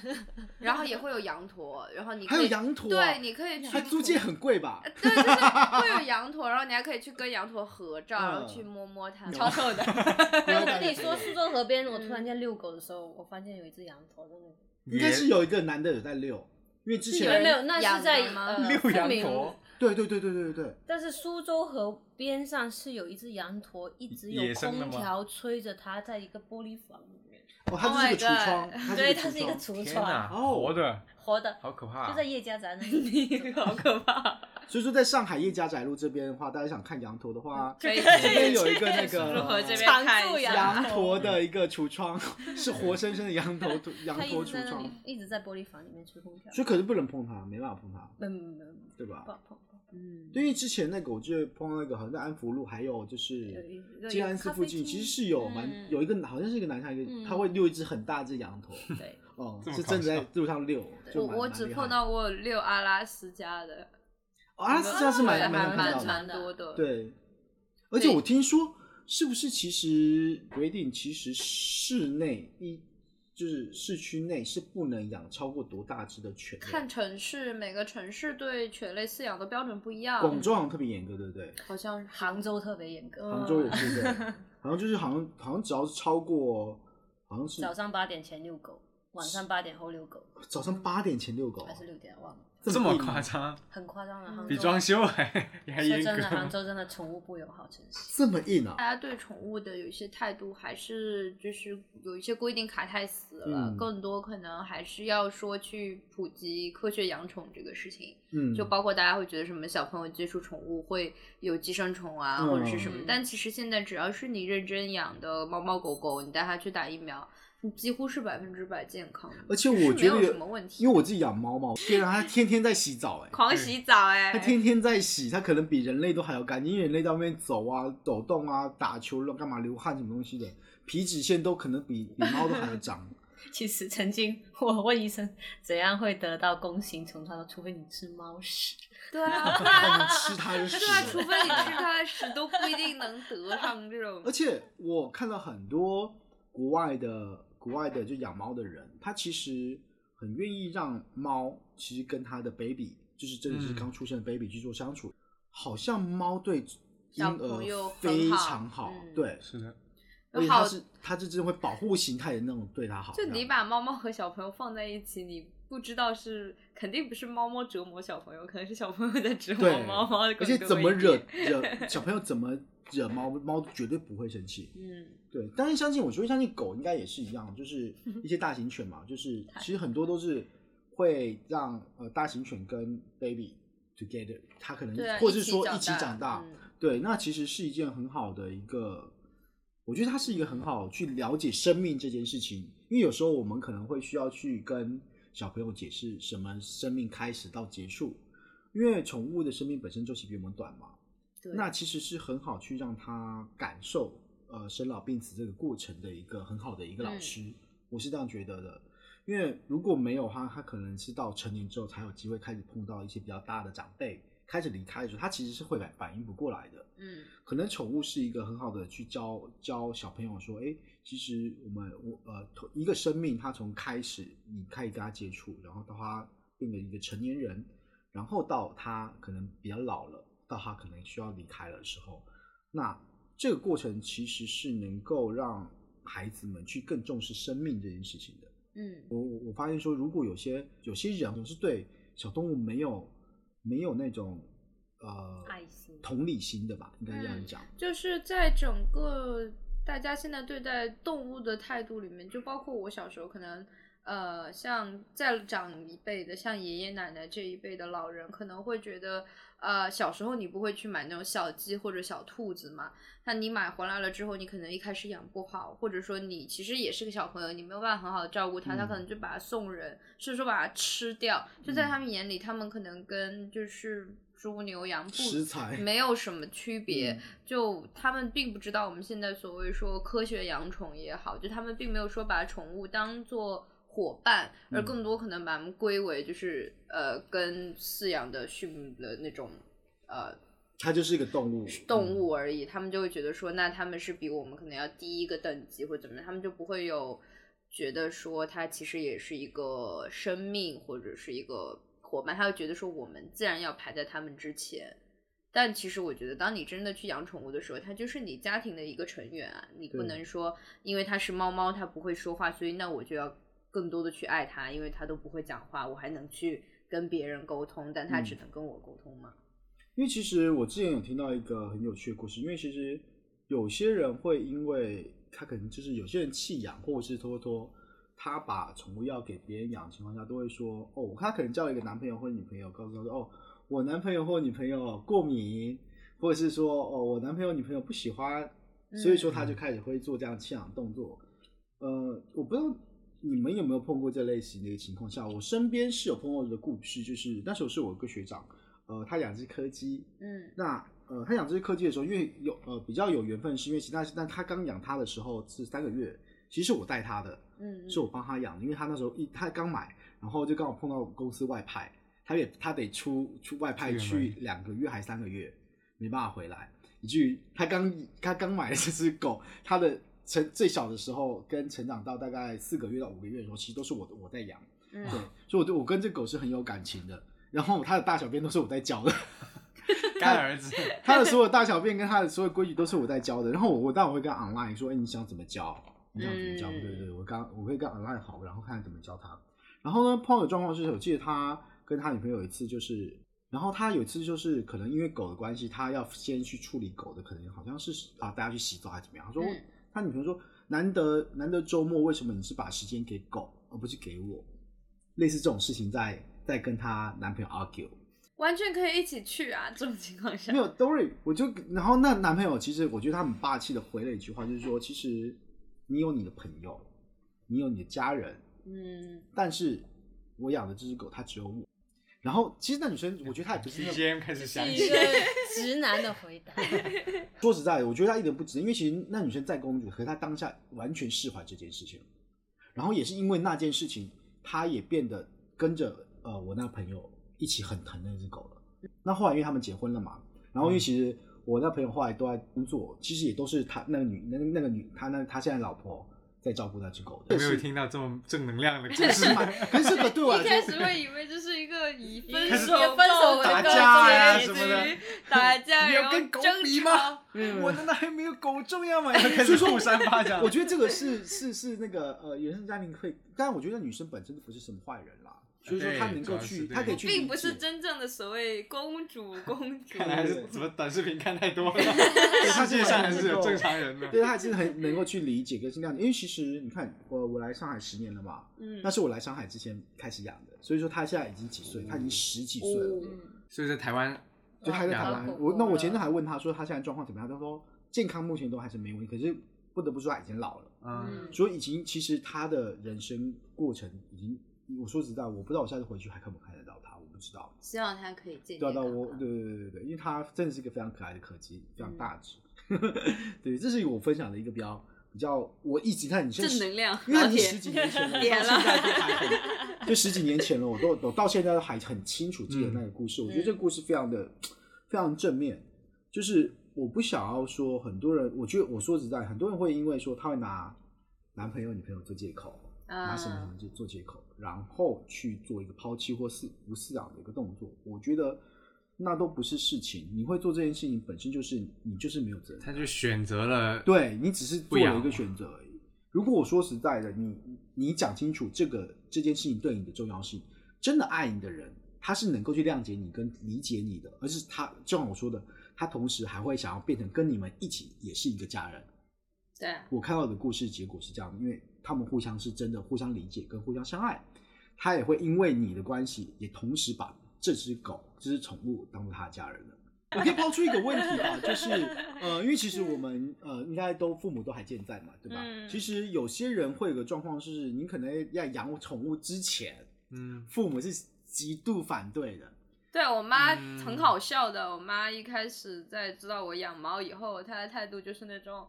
S1: 然后也会有羊驼，然后你
S3: 还
S1: 可
S3: 有
S1: 以
S3: 羊驼啊，
S1: 对，你可以去
S3: 它租借很贵吧？
S1: 对，就是会有羊驼，然后你还可以去跟羊驼合照，然后
S3: 嗯
S1: 去摸摸它，
S3: 啊
S1: 超臭的。
S4: 我跟你说，苏州河边，我
S1: 嗯
S4: 突然间遛狗的时候，我发现有一只羊驼在那里。
S3: 应该是有一个男的有在遛，因为之
S1: 有
S3: 前
S1: 人
S4: 没有，那
S1: 养
S4: 是在
S1: 的吗
S4: 呃
S2: 六羊
S4: 富民路
S2: 驼。
S3: 对对对对对对对，
S4: 但是苏州河边上是有一只羊驼，一直有
S2: 野生的吗
S4: 空调吹着它，在一个玻璃房里面。
S3: 哦，它就是个
S1: Oh
S3: 橱
S1: my
S3: 窗，
S1: God
S3: 它
S4: 对，它
S3: 它
S4: 是一个橱
S2: 天
S4: 窗，
S2: 哪，活的
S4: 活的，
S2: 好可怕
S4: 就在
S2: 啊！
S4: 叶家宅那里，好可怕。
S3: 所以说，在上海叶家宅路这边的话，大家想看羊驼的话，
S1: 可以
S3: 这边有一个那
S1: 去如何
S3: 个
S1: 这边
S5: 常
S1: 看
S5: 驻
S1: 一
S5: 羊
S1: 下。
S3: 羊驼的一个橱窗，是活生生的羊 驼羊
S4: 他一
S3: 驼
S4: 直在
S3: 橱
S4: 那里
S3: 窗，，
S4: 一直在玻璃房里面吹空调。
S3: 所以可是不能碰它，没办法碰它，
S4: 嗯，没有没有
S3: 对
S4: 不
S3: 吧？
S4: 好碰。
S1: 嗯，
S3: 对，因为之前那个，我记得碰到那个好像在安福路，还有就
S4: 有
S3: 是
S4: 一个
S3: 静
S4: 有
S3: 安寺
S4: 咖
S3: 附
S4: 啡
S3: 近，
S4: 厅
S3: 其实是有
S1: 嗯
S3: 蛮有一个好像是一个南下一
S4: 嗯
S3: 个，他会遛一只很大只 羊驼，
S4: 对，
S3: 哦
S2: 这，么
S3: 是
S2: 搞
S3: 正在
S2: 笑
S3: 路上遛，就
S1: 我
S3: 蛮
S1: 我
S3: 蛮
S1: 只
S3: 厉害
S1: 碰
S3: 的
S1: 到过遛阿拉斯加的，
S3: 哦阿拉斯加是
S1: 对
S3: 蛮
S1: 还
S3: 蛮能看
S1: 蛮
S3: 到的，
S1: 蛮多的。，
S3: 对，而且
S1: 对
S3: 我听说，是不是其实规定，其实室内一就是市区内是不能养超过多大只的犬的？
S1: 看城市，每个城市对犬类饲养的标准不一样。
S3: 广州好像特别严格，对不对？
S1: 好像是
S4: 杭州特别严格，
S1: 嗯
S3: 杭州也是对， 好像就是好像好像只要是超过，好像是
S4: 早上八点前遛狗，晚上八点后遛狗，
S3: 早上八点前遛狗啊
S4: 还，是六点忘了，
S2: 这么
S3: 硬啊吗
S2: 夸，张，
S4: 很夸张的。
S1: 嗯
S4: 杭州
S2: 比装修还还
S4: 说
S2: 严
S4: 真的，杭
S2: 格。
S4: 州真的宠物不友好城市。
S3: 这么硬啊
S1: 大！家对宠物的有一些态度，还是就是有一些规定卡太死了，
S3: 嗯
S1: 更多可能还是要说去普及科学养宠这个事情。
S3: 嗯，
S1: 就包括大家会觉得什么小朋友接触宠物会有寄生虫啊，
S3: 嗯
S1: 或者是什么
S4: 嗯，
S1: 但其实现在只要是你认真养的猫猫狗狗，你带它去打疫苗，你几乎是百分之百健康的，
S3: 而且
S1: 是
S3: 我觉
S1: 没
S3: 得
S1: 有什么问题，
S3: 因为我自己养猫嘛，我虽然它天天在洗澡、哎，
S1: 狂洗澡哎、
S3: 它天天在洗，它可能比人类都还要干净，因为人类在外面走啊、抖动啊、打球了干嘛流汗什么东西的，皮脂腺都可能比比猫都还要 脏。
S4: 其实曾经 我问医生怎样会得到弓形虫，他说除非你吃猫屎。
S1: 对啊，不
S3: 然后
S1: 然
S3: 你吃它就
S1: 对
S3: 屎
S1: 啊，
S3: 了
S1: 除非 你吃它的屎都不一定能得上这种
S3: 而。且我看到很多国外的国外的就养猫的人，他其实很愿意让猫其实跟他的 baby，就是真的是
S2: 嗯
S3: 刚出生的 baby 去做相处，好像猫对婴
S1: 小朋友
S3: 儿
S1: 很
S3: 非
S1: 好
S3: 常好，
S1: 嗯
S3: 对，
S2: 是的，
S3: 而且
S1: 好
S3: 它是它是真的会保护形态的那种对它好，
S1: 就
S3: 这样
S1: 你把猫猫和小朋友放在一起，你不知道是肯定不是猫猫折磨小朋友，可能是小朋友在折磨
S3: 对
S1: 猫猫。
S3: 而且怎么惹？惹小朋友怎么惹猫，猫绝对不会生气。
S1: 嗯，
S3: 对，当然相信，我觉得相信狗应该也是一样，就是 一些大型犬嘛，就是其实很多都是会让呃大型犬跟 baby together，它可能、
S1: 对啊，
S3: 或者是说
S1: 一
S3: 一起长大，
S1: 嗯
S3: 对，那其实是一件很好的一个，我觉得它是一个很好去了解生命这件事情，因为有时候我们可能会需要去跟小朋友解释什么生命开始到结束，因为宠物的生命本身周期比我们短嘛，
S1: 对
S3: 那其实是很好去让他感受呃生老病死这个过程的一个很好的一个老师，我是这样觉得的。因为如果没有他，他可能是到成年之后才有机会开始碰到一些比较大的长辈开始离开的时候，他其实是会反反应不过来的。
S1: 嗯，
S3: 可能宠物是一个很好的去教教小朋友说，哎，其实我们我呃，同一个生命它从开始你开始跟它接触，然后到它变成一个成年人，然后到它可能比较老了，到它可能需要离开了的时候，那这个过程其实是能够让孩子们去更重视生命这件事情的。
S1: 嗯，
S3: 我我我发现说，如果有些有些人总是对小动物没有没有那种呃
S4: 爱心嗯
S3: 同理心的吧，应该这样讲。
S1: 就是在整个大家现在对待动物的态度里面，就包括我小时候可能。呃，像再长一辈的，像爷爷奶奶这一辈的老人，可能会觉得，呃，小时候你不会去买那种小鸡或者小兔子嘛？那你买回来了之后，你可能一开始养不好，或者说你其实也是个小朋友，你没有办法很好地照顾它，它可
S3: 嗯
S1: 能就把它送人，甚至说把它吃掉。就在他们眼里，他们可能跟就是猪牛羊不
S3: 食材
S1: 没有什么区别，
S3: 哎嗯
S1: 就他们并不知道我们现在所谓说科学养宠也好，就他们并没有说把宠物当做伙伴，而
S3: 嗯
S1: 更多可能把它们归为就是呃跟饲养的畜的那种呃
S3: 它就是一个动物，嗯
S1: 动物而已，他们就会觉得说，那他们是比我们可能要低一个等级或怎么样，他们就不会有觉得说它其实也是一个生命或者是一个伙伴，他会觉得说我们自然要排在他们之前。但其实我觉得，当你真的去养宠物的时候，它就是你家庭的一个成员啊，你不
S3: 对
S1: 能说因为它是猫猫，它不会说话，所以那我就要更多的去爱它，因为它都不会讲话，我还能去跟别人沟通，但它只
S3: 嗯
S1: 能跟我沟通嘛。
S3: 因为其实我之前有听到一个很有趣的故事，因为其实有些人会因为他可能就是有些人弃养或者是拖拖，他把宠物要给别人养的情况下，都会说哦，他可能交了一个男朋友或者女朋友，告诉他说哦，我男朋友或女朋友过敏，或者是说哦我男朋友女朋友不喜欢，所以说他就开始会做这样弃养动作。呃，我不知道你们有没有碰过这类型的一个情况下，我身边是有碰到的故事，就是那时候是我一个学长，呃，他养只柯基，
S1: 嗯
S3: 那呃，他养这只柯基的时候，因为有呃比较有缘分，是因为其实但是但他刚养它的时候是三个月，其实是我带他的，
S1: 嗯，
S3: 是我帮他养的，因为他那时候一他刚买，然后就刚好碰到公司外派，他也他得出出外派
S2: 出远
S3: 去
S2: 门
S3: 两个月还三个月，没办法回来，以至于他刚他刚买的这只狗，它的成最小的时候跟成长到大概四个月到五个月的时候，其实都是我我在养，
S1: 嗯
S3: 对，所以我对我跟这狗是很有感情的，然后它的大小便都是我在教的。
S2: 干儿子，
S3: 他的所有大小便跟他的所有规矩都是我在教的，然后我我待会会跟 online 说，哎、你想怎么教？你想怎么教？对
S4: 嗯
S3: 对对，我刚我会跟 online 好，然后看怎么教他。然后呢，碰到的状况是，我记得他跟他女朋友有一次就是，然后他有一次就是可能因为狗的关系，他要先去处理狗的，可能好像是啊，大家去洗澡还是怎么样？他说、
S1: 嗯
S3: 他女朋友说，难得难得周末，为什么你是把时间给狗，而不是给我？类似这种事情在在跟她男朋友 argue。
S1: 完全可以一起去啊，这种情况下
S3: 没，有 d o r 我就然后那男朋友其实我觉得他很霸气的回了一句话，就是说，其实你有你的朋友，你有你的家人，
S1: 嗯，
S3: 但是我养的这只狗它只有我。然后其实那女生，我觉得她也不是那种
S2: BGM 开始响
S4: 是一
S2: 起
S4: 个，直男的回答。
S3: 说实在的，我觉得她一点不值，因为其实那女生再公主，可是她当下完全释怀这件事情，然后也是因为那件事情，她也变得跟着呃我那个朋友一起很疼那只狗了。那后来因为他们结婚了嘛，然
S2: 嗯
S3: 后因为其实我那朋友后来都在工作，其实也都是他那个女那那个女他那他现在老婆在照顾那只狗的，
S2: 没有听到这么正能量的故
S3: 这是
S2: 事，
S3: 蛮，可是这个对 我来
S1: 一开
S3: 说，
S1: 始会以为这是一个以分
S4: 开始
S1: 手
S4: 分
S1: 告
S4: 手打
S1: 告
S2: 架呀
S1: 结
S2: 什么的
S1: 局，打架
S2: 你有
S1: 然后
S2: 跟狗
S1: 争
S2: 比
S1: 吵
S2: 吗？
S3: 我
S2: 我
S3: 那
S2: 的还没有狗重要吗？开始
S3: 所以说
S2: 互扇巴掌
S3: 我。觉得这个是是是那个呃原生家庭会，但我觉得女生本身不是什么坏人啦，所以说她
S2: 对
S3: 能
S2: 主
S3: 够
S2: 要是
S3: 去，
S2: 对
S3: 她可以去理解，
S1: 并不是真正的所谓公主公主，
S2: 看来还是怎么短视频看太 多了，
S3: 对她
S2: 世界上还 是有
S3: 正
S2: 正
S3: 常。
S2: 常人的。
S3: 对，她还是很能够去理解跟是谅解，因为其实你看，我我来上海十年了嘛，
S1: 嗯
S3: 那是我来上海之前开始养的，所以说她现在已经几岁？她已经十几岁了，
S4: 嗯
S2: 所以在台湾，
S3: 就她在
S2: 养
S3: 台
S2: 了
S3: 湾
S4: 狗。狗
S3: 我那我
S4: 了
S3: 前阵还问她说她现在状况怎么样，她说健康目前都还是没问题，可是不得不说她已经老了。
S2: 嗯，
S3: 所以已经其实他的人生过程已经，我说实在，我不知道我下次回去还看不看得到他，我不知道。
S1: 希望他可以健
S3: 对啊，
S1: 健
S3: 对
S1: 康
S3: 啊
S1: 康。
S3: 我对对对对对，因为他真的是一个非常可爱的柯基，非
S1: 嗯
S3: 常大只。 对，这是我分享的一个比较比较，我一直看你现在
S1: 正能量
S3: 因为
S1: 老
S3: 你
S1: 铁
S3: 十几年前了，我
S1: 点
S3: 到现在都还很， 就十几年前了，我都我到现在都还很清楚记得那个故
S1: 嗯
S3: 事。我觉得这个故事非常的非常正面，就是我不想要说很多人，我觉得我说实在，很多人会因为说他会拿男朋友女朋友做借口，拿什么什么
S1: 嗯，
S3: 就做借口，然后去做一个抛弃或饲不饲啊养的一个动作。我觉得那都不是事情，你会做这件事情本身就是你就是没有责任。
S2: 他就选择了，
S3: 对你只是做
S2: 不养
S3: 了一个选择而已。如果我说实在的，你你讲清楚这个这件事情对你的重要性，真的爱你的人，他是能够去谅解你跟理解你的，而是他就像我说的，他同时还会想要变成跟你们一起也是一个家人。
S1: 对啊，
S3: 我看到的故事结果是这样，因为他们互相是真的互相理解跟互相相爱，他也会因为你的关系，也同时把这只狗这只宠物当做他的家人了。我可以抛出一个问题啊，就是呃，因为其实我们呃应该都父母都还健在嘛，对吧？
S1: 嗯
S3: 其实有些人会有个状况是，你可能要养宠物之前，
S2: 嗯，
S3: 父母是极度反对的，
S1: 对我妈
S2: 嗯
S1: 很好笑的，我妈一开始在知道我养猫以后，她的态度就是那种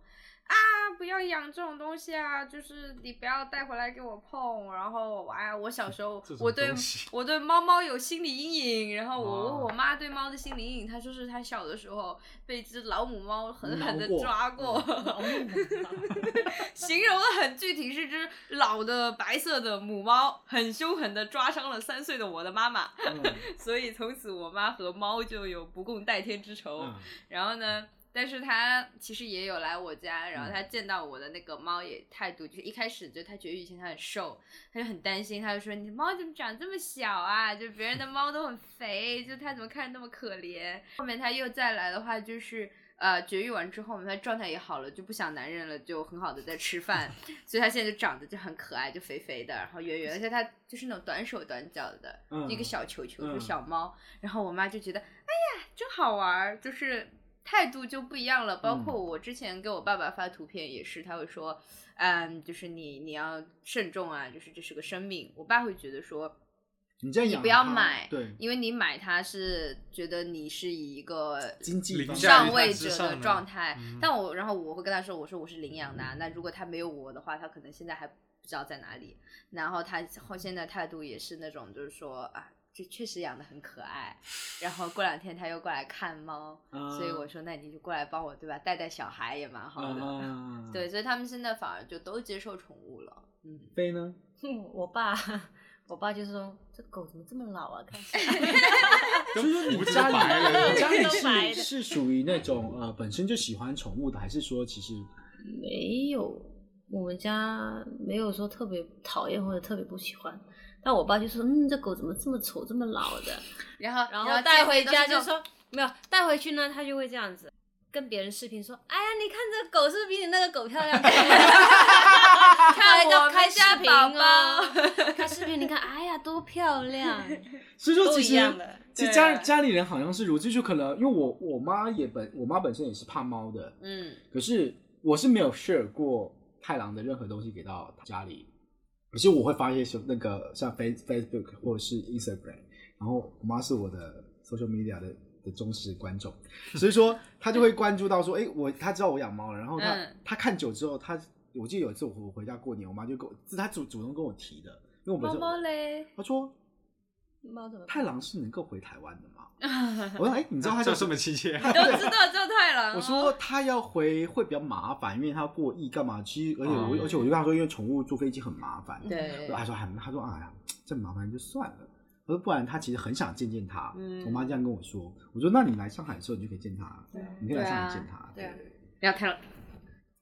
S1: 啊，不要养这种东西啊，就是你不要带回来给我碰。然后，哎呀，我小时候
S2: 这种
S1: 我对
S2: 东 西
S1: 我对猫猫有心理阴影，然后我问
S2: 哦
S1: 我妈对猫的心理阴影，她说是她小的时候被一只老母猫狠狠的
S3: 挠过
S2: 嗯
S1: 抓过，形容的很具体，是只老的白色的母猫，很凶狠的抓伤了三岁的我的妈妈。
S3: 嗯
S1: 所以从此我妈和猫就有不共戴天之仇。
S3: 嗯
S1: 然后呢，但是她其实也有来我家，然后她见到我的那个猫也态度，就是一开始就她绝育以前她很瘦，她就很担心，她就说你的猫怎么长这么小啊？就别人的猫都很肥，就它怎么看着那么可怜？后面她又再来的话就是。呃绝育完之后嘛，它状态也好了，就不想男人了，就很好的在吃饭，所以它现在就长得就很可爱，就肥肥的，然后圆圆，而且它就是那种短手短脚的，
S3: 嗯
S1: 一个小球球，
S3: 嗯
S1: 就是小猫。然后我妈就觉得，哎呀，真好玩儿，就是态度就不一样了。包
S3: 嗯
S1: 括我之前给我爸爸发图片也是，他会说，嗯，就是你你要慎重啊，就是这是个生命。我爸会觉得说。
S3: 你这样
S1: 你
S3: 养
S1: 不要
S3: 它
S1: 买
S3: 对，
S1: 因为你买它是觉得你是以一个
S3: 经济
S2: 零
S3: 方面
S2: 下
S1: 上位者的状态
S2: 嗯。
S1: 但我然后我会跟他说，我说我是领养的啊，那如果他没有我的话，他可能现在还不知道在哪里。然后他后现在态度也是那种，就是说啊。这确实养的很可爱，然后过两天他又过来看猫，
S3: 啊
S1: 所以我说那你就过来帮我对吧？带带小孩也蛮好的，
S3: 啊，
S1: 对，所以他们现在反而就都接受宠物了，嗯，
S3: 飞呢？
S4: 我爸，我爸就说这狗怎么这么老啊？看起来
S2: 都
S3: 你
S2: 不
S3: 家里
S2: 白了，
S3: 家
S4: 都白
S3: 里
S4: 的
S3: 是是属于那种呃本身就喜欢宠物的，还是说其实
S4: 没有，我们家没有说特别讨厌或者特别不喜欢。但我爸就说，嗯，这狗怎么这么丑，这么老的？
S1: 然后
S4: 然后带回
S1: 见面
S4: 家
S1: 都
S4: 就是
S1: 这种
S4: 说没有带回去呢，他就会这样子跟别人视频说：“哎呀，你看这狗是不是比你那个狗漂亮？ 开
S1: 我
S4: 个
S1: 们
S4: 开视
S1: 家
S4: 频
S1: 宝
S4: 哦，开视频你看，哎呀，多漂亮，
S3: 所以说
S4: 都
S3: 其
S4: 一
S3: 实
S4: 样的。
S3: 其实
S1: 对
S3: 家家里人好像是如此，就可能因为我我妈也本我妈本身也是怕猫的，
S1: 嗯，
S3: 可是我是没有 share 过太郎的任何东西给到她家里，可是我会发一些什那个像 Face Facebook 或者是 Instagram，然后我妈是我的 social media 的。的忠实观众，所以说她就会关注到说，哎、我她知道我养猫了，然后她
S1: 嗯
S3: 她看久之后，她我记得有一次我我回家过年，我妈就跟我，是她主主动跟我提的，因为我本
S1: 猫
S3: 身
S1: 猫嘞，
S3: 她说
S4: 猫怎么办
S3: 太郎是能够回台湾的吗？我说，哎、你知道他叫
S2: 就
S3: 什
S2: 这
S3: 么
S2: 么？亲切，
S1: 都知道叫太郎、哦。
S3: 我说他要回会比较麻烦，因为他过亿干嘛？其实而且我、
S1: 哦
S2: 嗯
S3: 而且我就跟他说，因为宠物坐飞机很麻烦。
S1: 对，
S3: 他说还他说哎呀，这么麻烦就算了。我说不然他其实很想见见他。
S1: 嗯
S3: 我妈这样跟我说，我说那你来上海的时候你就可以见他，
S4: 对
S3: 你可以来上海
S1: 对啊
S3: 见他。
S1: 对啊啊聊天了，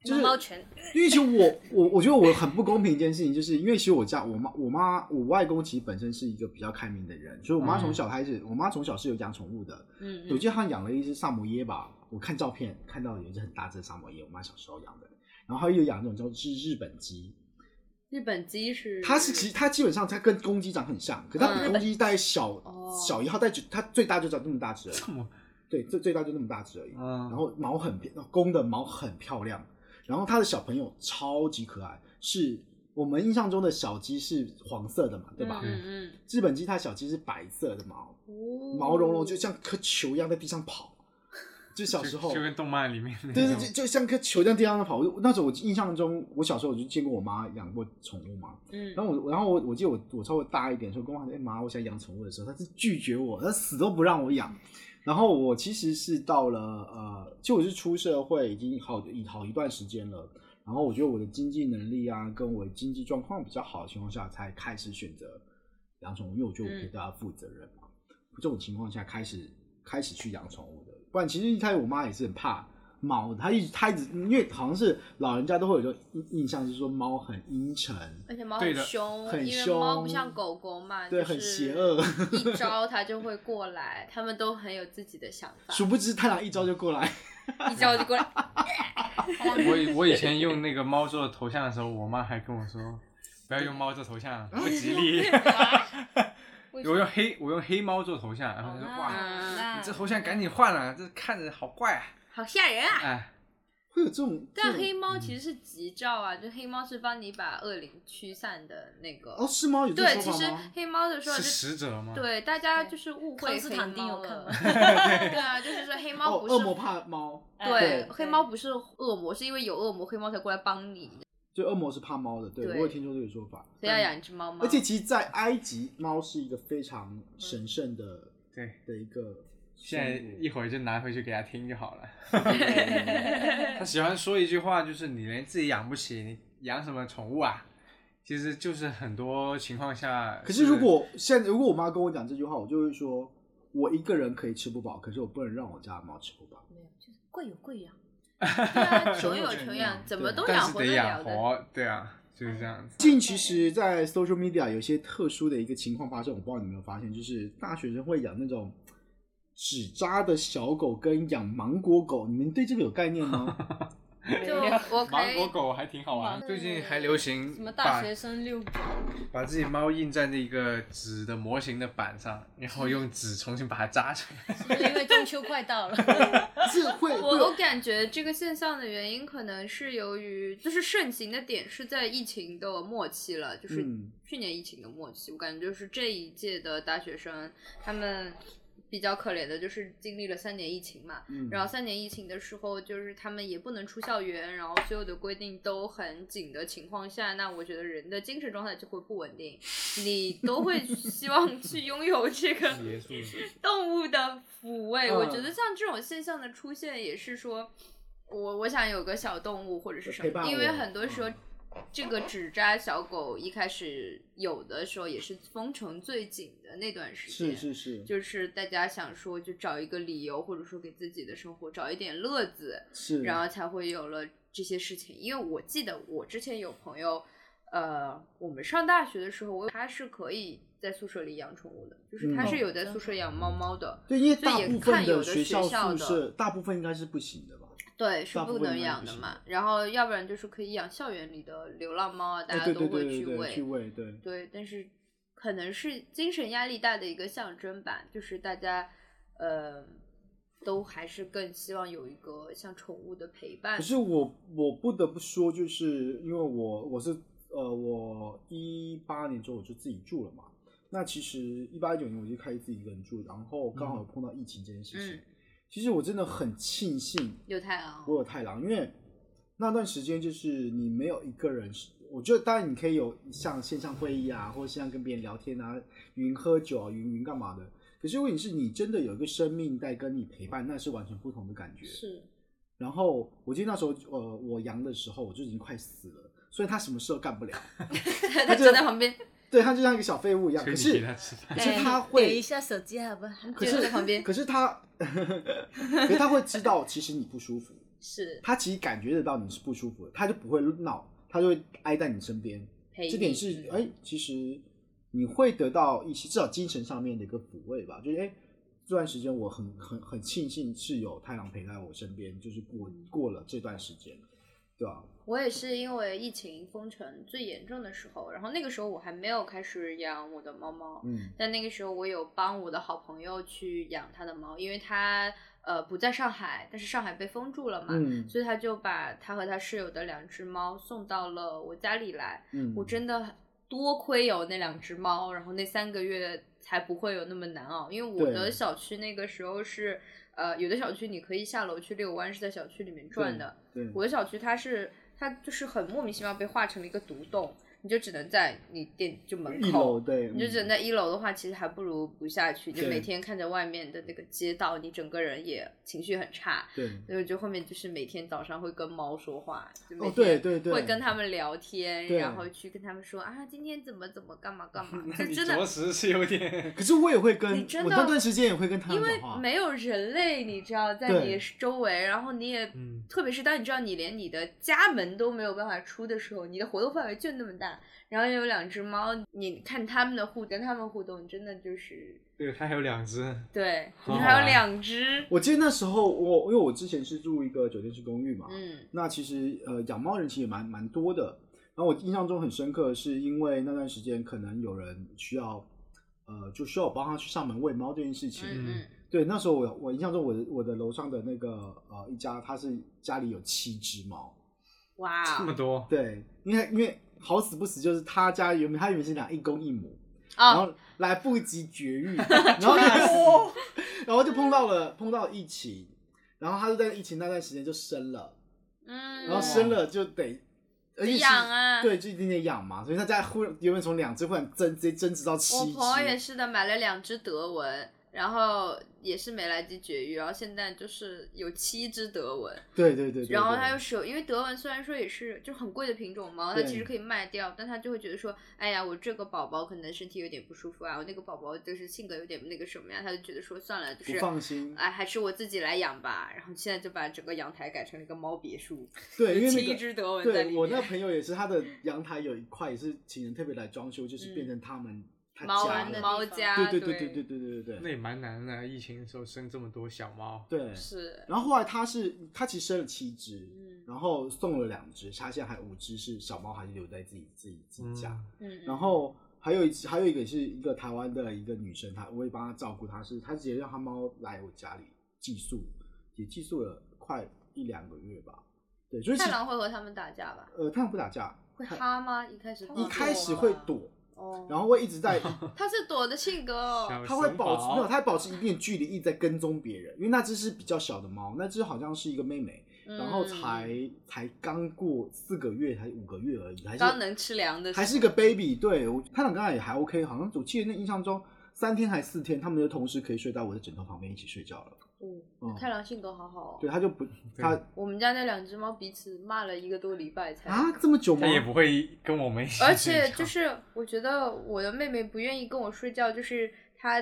S3: 就是
S4: 猫拳
S3: 因为其实我我我觉得我很不公平一件事情，就是因为其实我家我妈我妈我外公其实本身是一个比较开明的人，所以我妈从小开始，我妈从小是有养宠物的，
S1: 嗯，
S3: 我记得他养了一只萨摩耶吧，我看照片看到有一只很大只的萨摩耶，我妈小时候养的。然后还有养那种叫日日本鸡，
S1: 日本鸡是，
S3: 它是其实它基本上它跟公鸡长很像，可它比
S1: 嗯嗯
S3: 公鸡大概小、
S1: 哦
S3: 小一号，但它最大就长这么大只而已，
S2: 这么
S3: 对，最最大就那么大只而已。
S2: 嗯
S3: 然后毛很漂，公的毛很漂亮，然后它的小朋友超级可爱，是我们印象中的小鸡是黄色的嘛，对吧？
S1: 嗯嗯
S3: 日本鸡它的小鸡是白色的毛，
S1: 嗯，
S3: 毛茸茸就像颗球一样在地上跑，就小时候
S2: 就跟动漫里面那
S3: 对对，
S2: 种
S3: 就就像个球在地上跑。我就那时候我印象中，我小时候我就见过我妈养过宠物嘛。
S1: 嗯，
S3: 然后我，然后我我记得我我稍微大一点的时候，跟我妈说：“哎妈，我想养宠物的时候，她是拒绝我，她死都不让我养。”然后我其实是到了呃，就我是出社会已经好一好一段时间了。然后我觉得我的经济能力啊，跟我经济状况比较好的情况下，才开始选择养宠物，因为我觉得我可以对它负责任嘛。这种情况下开始开始去养宠物的，不然其实一开始我妈也是很怕猫的，她一直她一直因为好像是老人家都会有一种印印象，就是说猫很阴沉，
S1: 而且猫
S2: 对
S1: 很
S2: 的
S1: 凶，
S3: 很
S1: 因为
S3: 凶
S1: 猫不像狗狗嘛，
S3: 对
S1: 就是
S3: 很邪恶
S1: 一招它就会过来，它们都很有自己的想法，
S3: 殊不知太郎一招就过来，
S1: 一招就过来，
S2: 我以我以前用那个猫做头像的时候，我妈还跟我说，不要用猫做头像，不吉利。
S1: 嗯
S2: 我用黑我用黑猫做头像，然后她说哇，
S1: 哇
S2: 你这头像赶紧换了，这看着好怪啊！
S1: 好吓人啊！
S2: 哎，
S3: 会有这种。
S1: 但
S3: 这种
S1: 黑猫其实是吉兆啊，就黑猫是帮你把恶灵驱散的那个。
S3: 哦是吗？有这个说
S1: 对，其
S3: 法
S1: 实
S3: 吗？
S1: 黑猫的说法
S2: 是
S1: 就
S2: 使者吗？，
S1: 对，大家就是误会
S4: 康斯
S1: 黑
S4: 坦丁
S1: 猫
S4: 有看
S1: 了。
S4: 吗
S1: 对啊，就是说黑猫
S3: 哦，
S1: 不是
S3: 恶魔怕猫，
S2: 哎
S1: 对
S4: 对
S1: 黑猫不是恶魔，是因为有恶魔，黑猫才过来帮你，
S2: 啊
S3: 就恶魔是怕猫的，对
S1: 对
S3: 我有听说这个说法。
S1: 所以要养一只猫猫。
S3: 而且其实，在埃及，猫是一个非常神圣的
S2: 对
S3: 的一个
S2: 现在
S3: 生物
S2: 一会儿就拿回去给她听就好了。 她喜欢说一句话，就是你连自己养不起，你养什么宠物啊？其实就是很多情况下，
S3: 可是如果现在如果我妈跟我讲这句话，我就会说，我一个人可以吃不饱，可是我不能让我家的猫吃不饱。
S4: 没有，就是贵有贵养，
S1: 对 啊，
S3: 熊
S1: 穷
S3: 有
S1: 有
S3: 穷
S1: 穷
S3: 养
S1: 养，怎么
S3: 对
S1: 都
S2: 但
S1: 养
S2: 是
S1: 活
S2: 得
S1: 得
S2: 养
S1: 了的。
S2: 活，对啊，就是这样子。
S3: 近其实，在 social media 有一些特殊的一个情况发生，我不知道你有没有发现，就是大学生会养那种纸扎的小狗跟养芒果狗，你们对这个有概念吗？
S1: 就我可
S2: 芒
S1: 以
S2: 果狗还挺好玩，最近还流行
S4: 什么
S2: 把
S4: 大学生遛狗？
S2: 把自己猫印在那个纸的模型的板上，然后用纸重新把它扎出 来。
S4: 是不是因为中秋 快到了？
S3: 是会会
S1: 我我
S3: 有
S1: 感觉这个现象的原因，可能是由于就是盛行的点是在疫情的末期了，就是
S3: 嗯
S1: 去年疫情的末期，我感觉就是这一届的大学生，他们比较可怜的就是经历了三年疫情嘛，
S3: 嗯
S1: 然后三年疫情的时候，就是他们也不能出校园，然后所有的规定都很紧的情况下，那我觉得人的精神状态就会不稳定，你都会 希望去拥有这个
S2: 结束。
S1: 动物的抚慰。我觉
S3: 嗯
S1: 得像这种现象的出现，也是说我我想有个小动物或者是什
S3: 陪伴
S1: 么，
S3: 我嗯
S1: 因为很多时候。这个纸扎小狗一开始有的时候也是封城最紧的那段时间，
S3: 是是是
S1: 就是大家想说就找一个理由，或者说给自己的生活找一点乐子，
S3: 是，
S1: 然后才会有了这些事情。因为我记得我之前有朋友，呃，我们上大学的时候，我他是可以在宿舍里养宠物的，就是他
S3: 嗯
S1: 是有在宿舍养猫猫的，
S3: 对，因为
S1: 所以
S3: 大
S1: 也
S3: 部
S1: 看
S3: 分
S1: 有的
S3: 学校
S1: 学校
S3: 宿
S1: 的
S3: 舍大部分应该是不行的吧？
S1: 对，是
S3: 大部
S1: 不
S3: 分
S1: 能
S3: 应该
S1: 养
S3: 不
S1: 的
S3: 行
S1: 嘛。然后要不然就是可以养校园里的流浪猫啊，大
S3: 哎
S1: 家
S3: 对
S1: 都
S3: 对
S1: 会
S3: 对
S1: 去
S3: 对
S1: 喂。
S3: 对，去喂，对，
S1: 对，但是可能是精神压力大的一个象征吧，就是大家呃都还是更希望有一个像宠物的陪伴
S3: 可。是我我不得不说，就是因为我我是呃，我一八年之后我就自己住了嘛。那其实一八一九年我就开始自己一个人住，然后刚好碰到疫情这件事情。
S1: 嗯
S3: 其实我真的很庆幸
S1: 有太阳
S3: 我有太郎，因为那段时间就是你没有一个人是，我觉得当然你可以有像线上会议啊，或者线上跟别人聊天啊，云喝酒啊，云云干嘛的。可是问题是你真的有一个生命在跟你陪伴，那是完全不同的感觉。
S4: 是
S3: 然后我记得那时候，呃，我阳的时候我就已经快死了，所以他什么事都干不了，
S1: 他
S3: 就
S1: 站在旁边，哎
S3: 对他就像一个小废物一样。
S2: 所
S3: 可
S2: 以你
S3: 是
S2: 给它吃饭。，
S3: 可是他
S4: 点一
S3: 会，
S4: 下手机好不好？
S3: 可
S1: 就在
S3: 是
S1: 旁边
S3: 可是他， 可是他会知道其实你不舒服，
S1: 是
S3: 他其实感觉得到你是不舒服的，他就不会闹，他就会挨在你身边。
S1: 陪
S3: 这点
S1: 你
S3: 是
S1: 嗯
S3: 哎、其实你会得到一些至少精神上面的一个抚慰吧，就是哎、这段时间我很很很庆幸是有太郎陪在我身边，就是过过了这段时间，对吧、
S1: 我也是因为疫情封城最严重的时候，然后那个时候我还没有开始养我的猫猫，
S3: 嗯
S1: 但那个时候我有帮我的好朋友去养他的猫，因为他呃不在上海，但是上海被封住了嘛，
S3: 嗯
S1: 所以他就把他和他室友的两只猫送到了我家里来。
S3: 嗯，
S1: 我真的多亏有那两只猫，然后那三个月才不会有那么难熬。因为我
S3: 对
S1: 的小区那个时候是，呃，有的小区你可以下楼去遛弯，是在小区里面转的。
S3: 对，
S1: 我的小区它是它就是很莫名其妙被划成了一个独栋，你就只能在你店就门口
S3: 一楼对，
S1: 你就只能
S3: 嗯
S1: 在一楼的话，其实还不如不下去。你
S3: 对
S1: 每天看着外面的那个街道，你整个人也情绪很差。
S3: 对
S1: 所以我就后面就是每天早上会跟猫说话，就每
S3: 哦
S1: 天
S3: 对对对，
S1: 会跟他们聊天，
S3: 对
S1: 然后去跟他们说啊，今天怎么怎么干嘛干嘛 就
S2: 你
S1: 真的
S2: 着实是有点
S3: 可是我也会跟，
S1: 你真
S3: 我
S1: 的
S3: 那段时间也会跟他
S1: 因
S3: 们
S1: 为
S3: 讲话，
S1: 没有人类，你知道，在
S3: 对
S1: 你周围，然后你也，
S2: 嗯
S1: 特别是当你知道你连你的家门都没有办法出的时候，你的活动范围就那么大，然后又有两只猫，你看它们的互跟它们互动，真的就是
S2: 对，它还有两只，
S1: 对
S2: 很
S1: 你
S3: 啊
S2: 好
S1: 还有
S2: 玩
S1: 两只，
S3: 我记得那时候我因为我之前是住一个酒店式公寓嘛，
S1: 嗯，
S3: 那其实呃养猫人其实也蛮蛮多的。然后我印象中很深刻，是因为那段时间可能有人需要，呃，就需要我帮他去上门喂猫这件事情。
S1: 嗯嗯
S3: 对，那时候我我印象中我的我的楼上的那个呃一家，他是家里有七只猫。
S1: 哇
S2: 这么
S1: 哦
S2: 多，
S3: 对，因为因为好死不死就是他家原本他原本是两一公一母，然
S1: 啊，
S3: 后来不及绝 育，然后 然后就碰到了碰到疫情，然后他就在疫情那段时间就生了，
S1: 嗯，
S3: 然后生了就得，而且是
S1: 养啊
S3: 对，就一定得养嘛，所以他家忽然原本从两只忽然增直接增值到七
S1: 我
S3: 只，
S1: 朋友也是的，买了两只德文，然后也是没来及绝育，然后现在就是有七只德文，
S3: 对对对对，
S1: 然后他又
S3: 又
S1: 是有，因为德文虽然说也是就很贵的品种猫，它
S3: 对
S1: 其实可以卖掉，但他就会觉得说，哎呀，我这个宝宝可能身体有点不舒服啊，我那个宝宝就是性格有点那个什么呀，他就觉得说算了，就
S3: 不
S1: 是。
S3: 放心，
S1: 哎，还是我自己来养吧。然后现在就把整个阳台改成了一个猫别墅，
S3: 对，因为
S1: 有
S3: 那
S1: 七
S3: 个。
S1: 只德文在
S3: 对
S1: 里面。嗯
S3: 我那朋友也是，他的阳台有一块也是请人特别来装修，就是变成他们它
S1: 猫
S3: 家
S4: 玩的
S1: 猫
S4: 地方
S1: 家，
S3: 对对对对对对对对
S2: 那
S3: 对
S2: 也蛮难的，疫情的时候生这么多小猫，
S3: 对。
S1: 是，
S3: 然后后来它是它其实生了七只，
S1: 嗯
S3: 然后送了两只，它现在还五只是小猫，还是留在自己自己自己家。
S1: 嗯，
S3: 然后还有一次还有一个是一个台湾的一个女生，她我也帮她照顾，她是她直接让她猫来我家里寄宿，也寄宿了快一两个月吧。对，就是
S1: 太郎会和他们打架吧？
S3: 呃，太阳不打架，
S1: 会哈吗？一开始
S4: 一
S1: 会
S3: 一
S1: 吗
S3: 开始会躲，
S1: 哦，
S3: 然后会一直在，
S1: 他是躲的性格哦，
S2: 小
S3: 它会
S2: 神啊
S3: 保持没有，
S2: 宝
S3: 它会保持一定的距离，一直在跟踪别人，因为那只是比较小的猫，那只好像是一个妹妹，
S1: 嗯
S3: 然后才才刚过四个月还是五个月而已，还
S1: 嗯
S3: 是
S1: 刚能吃粮的时候，
S3: 还是个 baby，对我他俩刚才也还 OK，好像我记得那印象中三天还四天，他们就同时可以睡到我的枕头旁边一起睡觉了。
S1: 嗯，太郎性格好好哦
S3: 对，。他就不他
S1: 我们家那两只猫彼此骂了一个多礼拜才
S3: 啊这么久吗
S2: 它？也不会跟我们一起睡觉，
S1: 而且就是，我觉得我的妹妹不愿意跟我睡觉，就是她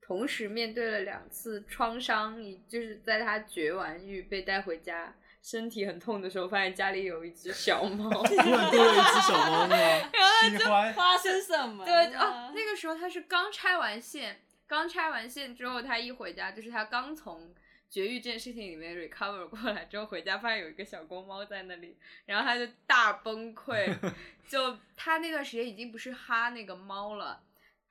S1: 同时面对了两次创伤，以就是在她绝完育被带回家，身体很痛的时候，发现家里有一只小 猫。
S3: 突然多了一只小猫吗？
S2: 喜欢
S5: 发生什么
S1: 对
S5: 呢？
S3: 啊
S1: 哦，那个时候她是刚拆完线，刚拆完线之后，她一回家就是她刚从。绝育这件事情里面 recover 过来之后，回家发现有一个小公猫在那里，然后她就大 崩溃。就她那段时间已经不是哈那个猫了，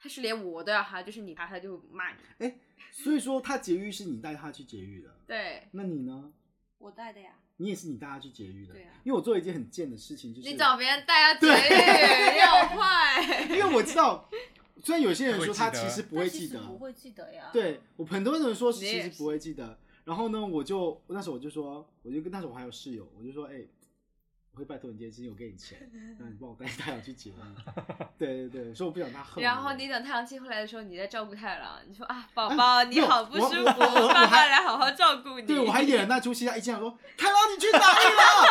S1: 她是连我都要哈，就是你哈她就骂你。
S3: 所以说他节育是你带他去节育的，
S1: 对，
S3: 那你呢？
S5: 我带的呀，
S3: 你也是你带他去节育的，
S5: 对啊
S3: 因为我做了一件很贱的事情，就是
S1: 你找别人带她绝育，你好坏。
S3: 因为我知道，虽然有些人说他
S2: 不
S3: 其
S2: 会记得
S3: 实不
S4: 他
S3: 会
S4: 其
S3: 记
S4: 实
S3: 得，
S4: 不会记得呀。
S3: 对我很多人说是
S1: 你也
S3: 其实不会记得，然后呢，我就那时候我就说，我就跟那时候我还有室友，我就说，哎、我会拜托你一件事情，我给你钱，那你帮我带太阳去结婚。 对对对，所以我不想他恨我。
S1: 然后你等太阳寄回来的时候，你在照顾太郎，你说啊，宝
S3: 哎
S1: 宝你
S3: 没有
S1: 好不
S3: 我
S1: 舒
S3: 我
S1: 服，
S3: 我我
S1: 爸爸
S3: 还
S1: 来好好照顾你。
S3: 对 我还演了那出戏，他一进来说，太郎你去哪里了？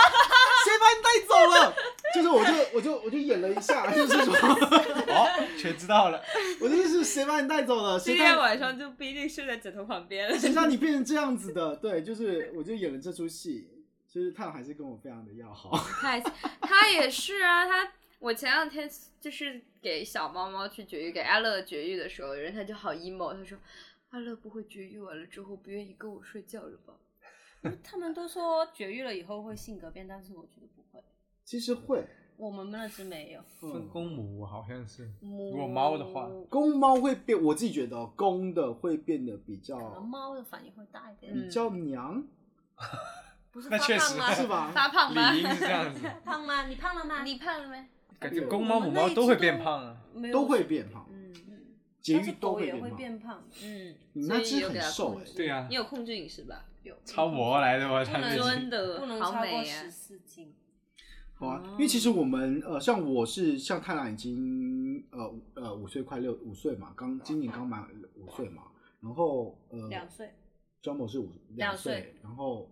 S3: 谁把你带走了？ 就是我就我就我就演了一下，就是说，
S2: 哦，全知道了，
S3: 我就是谁把你带走了？
S1: 今
S3: 谁带
S1: 天晚上就不一定睡在枕头旁 边了。
S3: 谁让你变成这样子的？对，就是我就演了这出戏，就是太郎还是跟我非常的要好。
S1: 太，他也是啊，他我前两天就是给小猫猫去绝育，给阿乐绝育的时候，人他就好 emo，他说阿乐不会绝育完了之后不愿意跟我睡觉了吧？
S5: 他们都说绝育了以后会性格变，但是我觉得不会，
S3: 其实会，嗯
S5: 我们那只没有。
S2: 分公母好像是，
S1: 如
S2: 如果猫的话，
S3: 公猫会变，我自己觉得哦公的会变得比较
S4: 可能猫的反应会大一点，
S1: 嗯
S3: 比较娘，
S4: 不是
S2: 那
S4: 发
S2: 确
S4: 胖
S2: 实
S4: 吗？
S3: 是吧？
S1: 发胖嗯吗
S2: 理？应是这样子，
S4: 胖吗？你胖了吗？
S1: 你胖了没？
S2: 感觉公猫母猫都会变胖啊，
S5: 没有
S3: 都会变胖，
S1: 嗯
S3: 节
S5: 但是
S3: 育都
S5: 狗也
S3: 变
S5: 会
S3: 胖。
S5: 变胖，
S1: 嗯，
S3: 你
S1: 所
S3: 那
S1: 以
S3: 只
S1: 有给
S3: 很
S1: 它
S3: 瘦
S1: 控
S3: 哎、
S1: 制。
S2: 对啊
S1: 你，有控制饮食吧？有，
S2: 超模来的吧，
S5: 不
S2: 他
S5: 能
S2: 们
S1: 真的
S5: 不能超
S1: 好
S5: 过
S1: 美啊
S5: 十！四斤。
S3: 好啊，因为其实我们呃，像我是像太郎已经呃五呃五岁快六五岁嘛，刚今年刚满五岁嘛，然后呃
S5: 两岁，
S3: 张某是五
S5: 两岁
S3: 岁，然后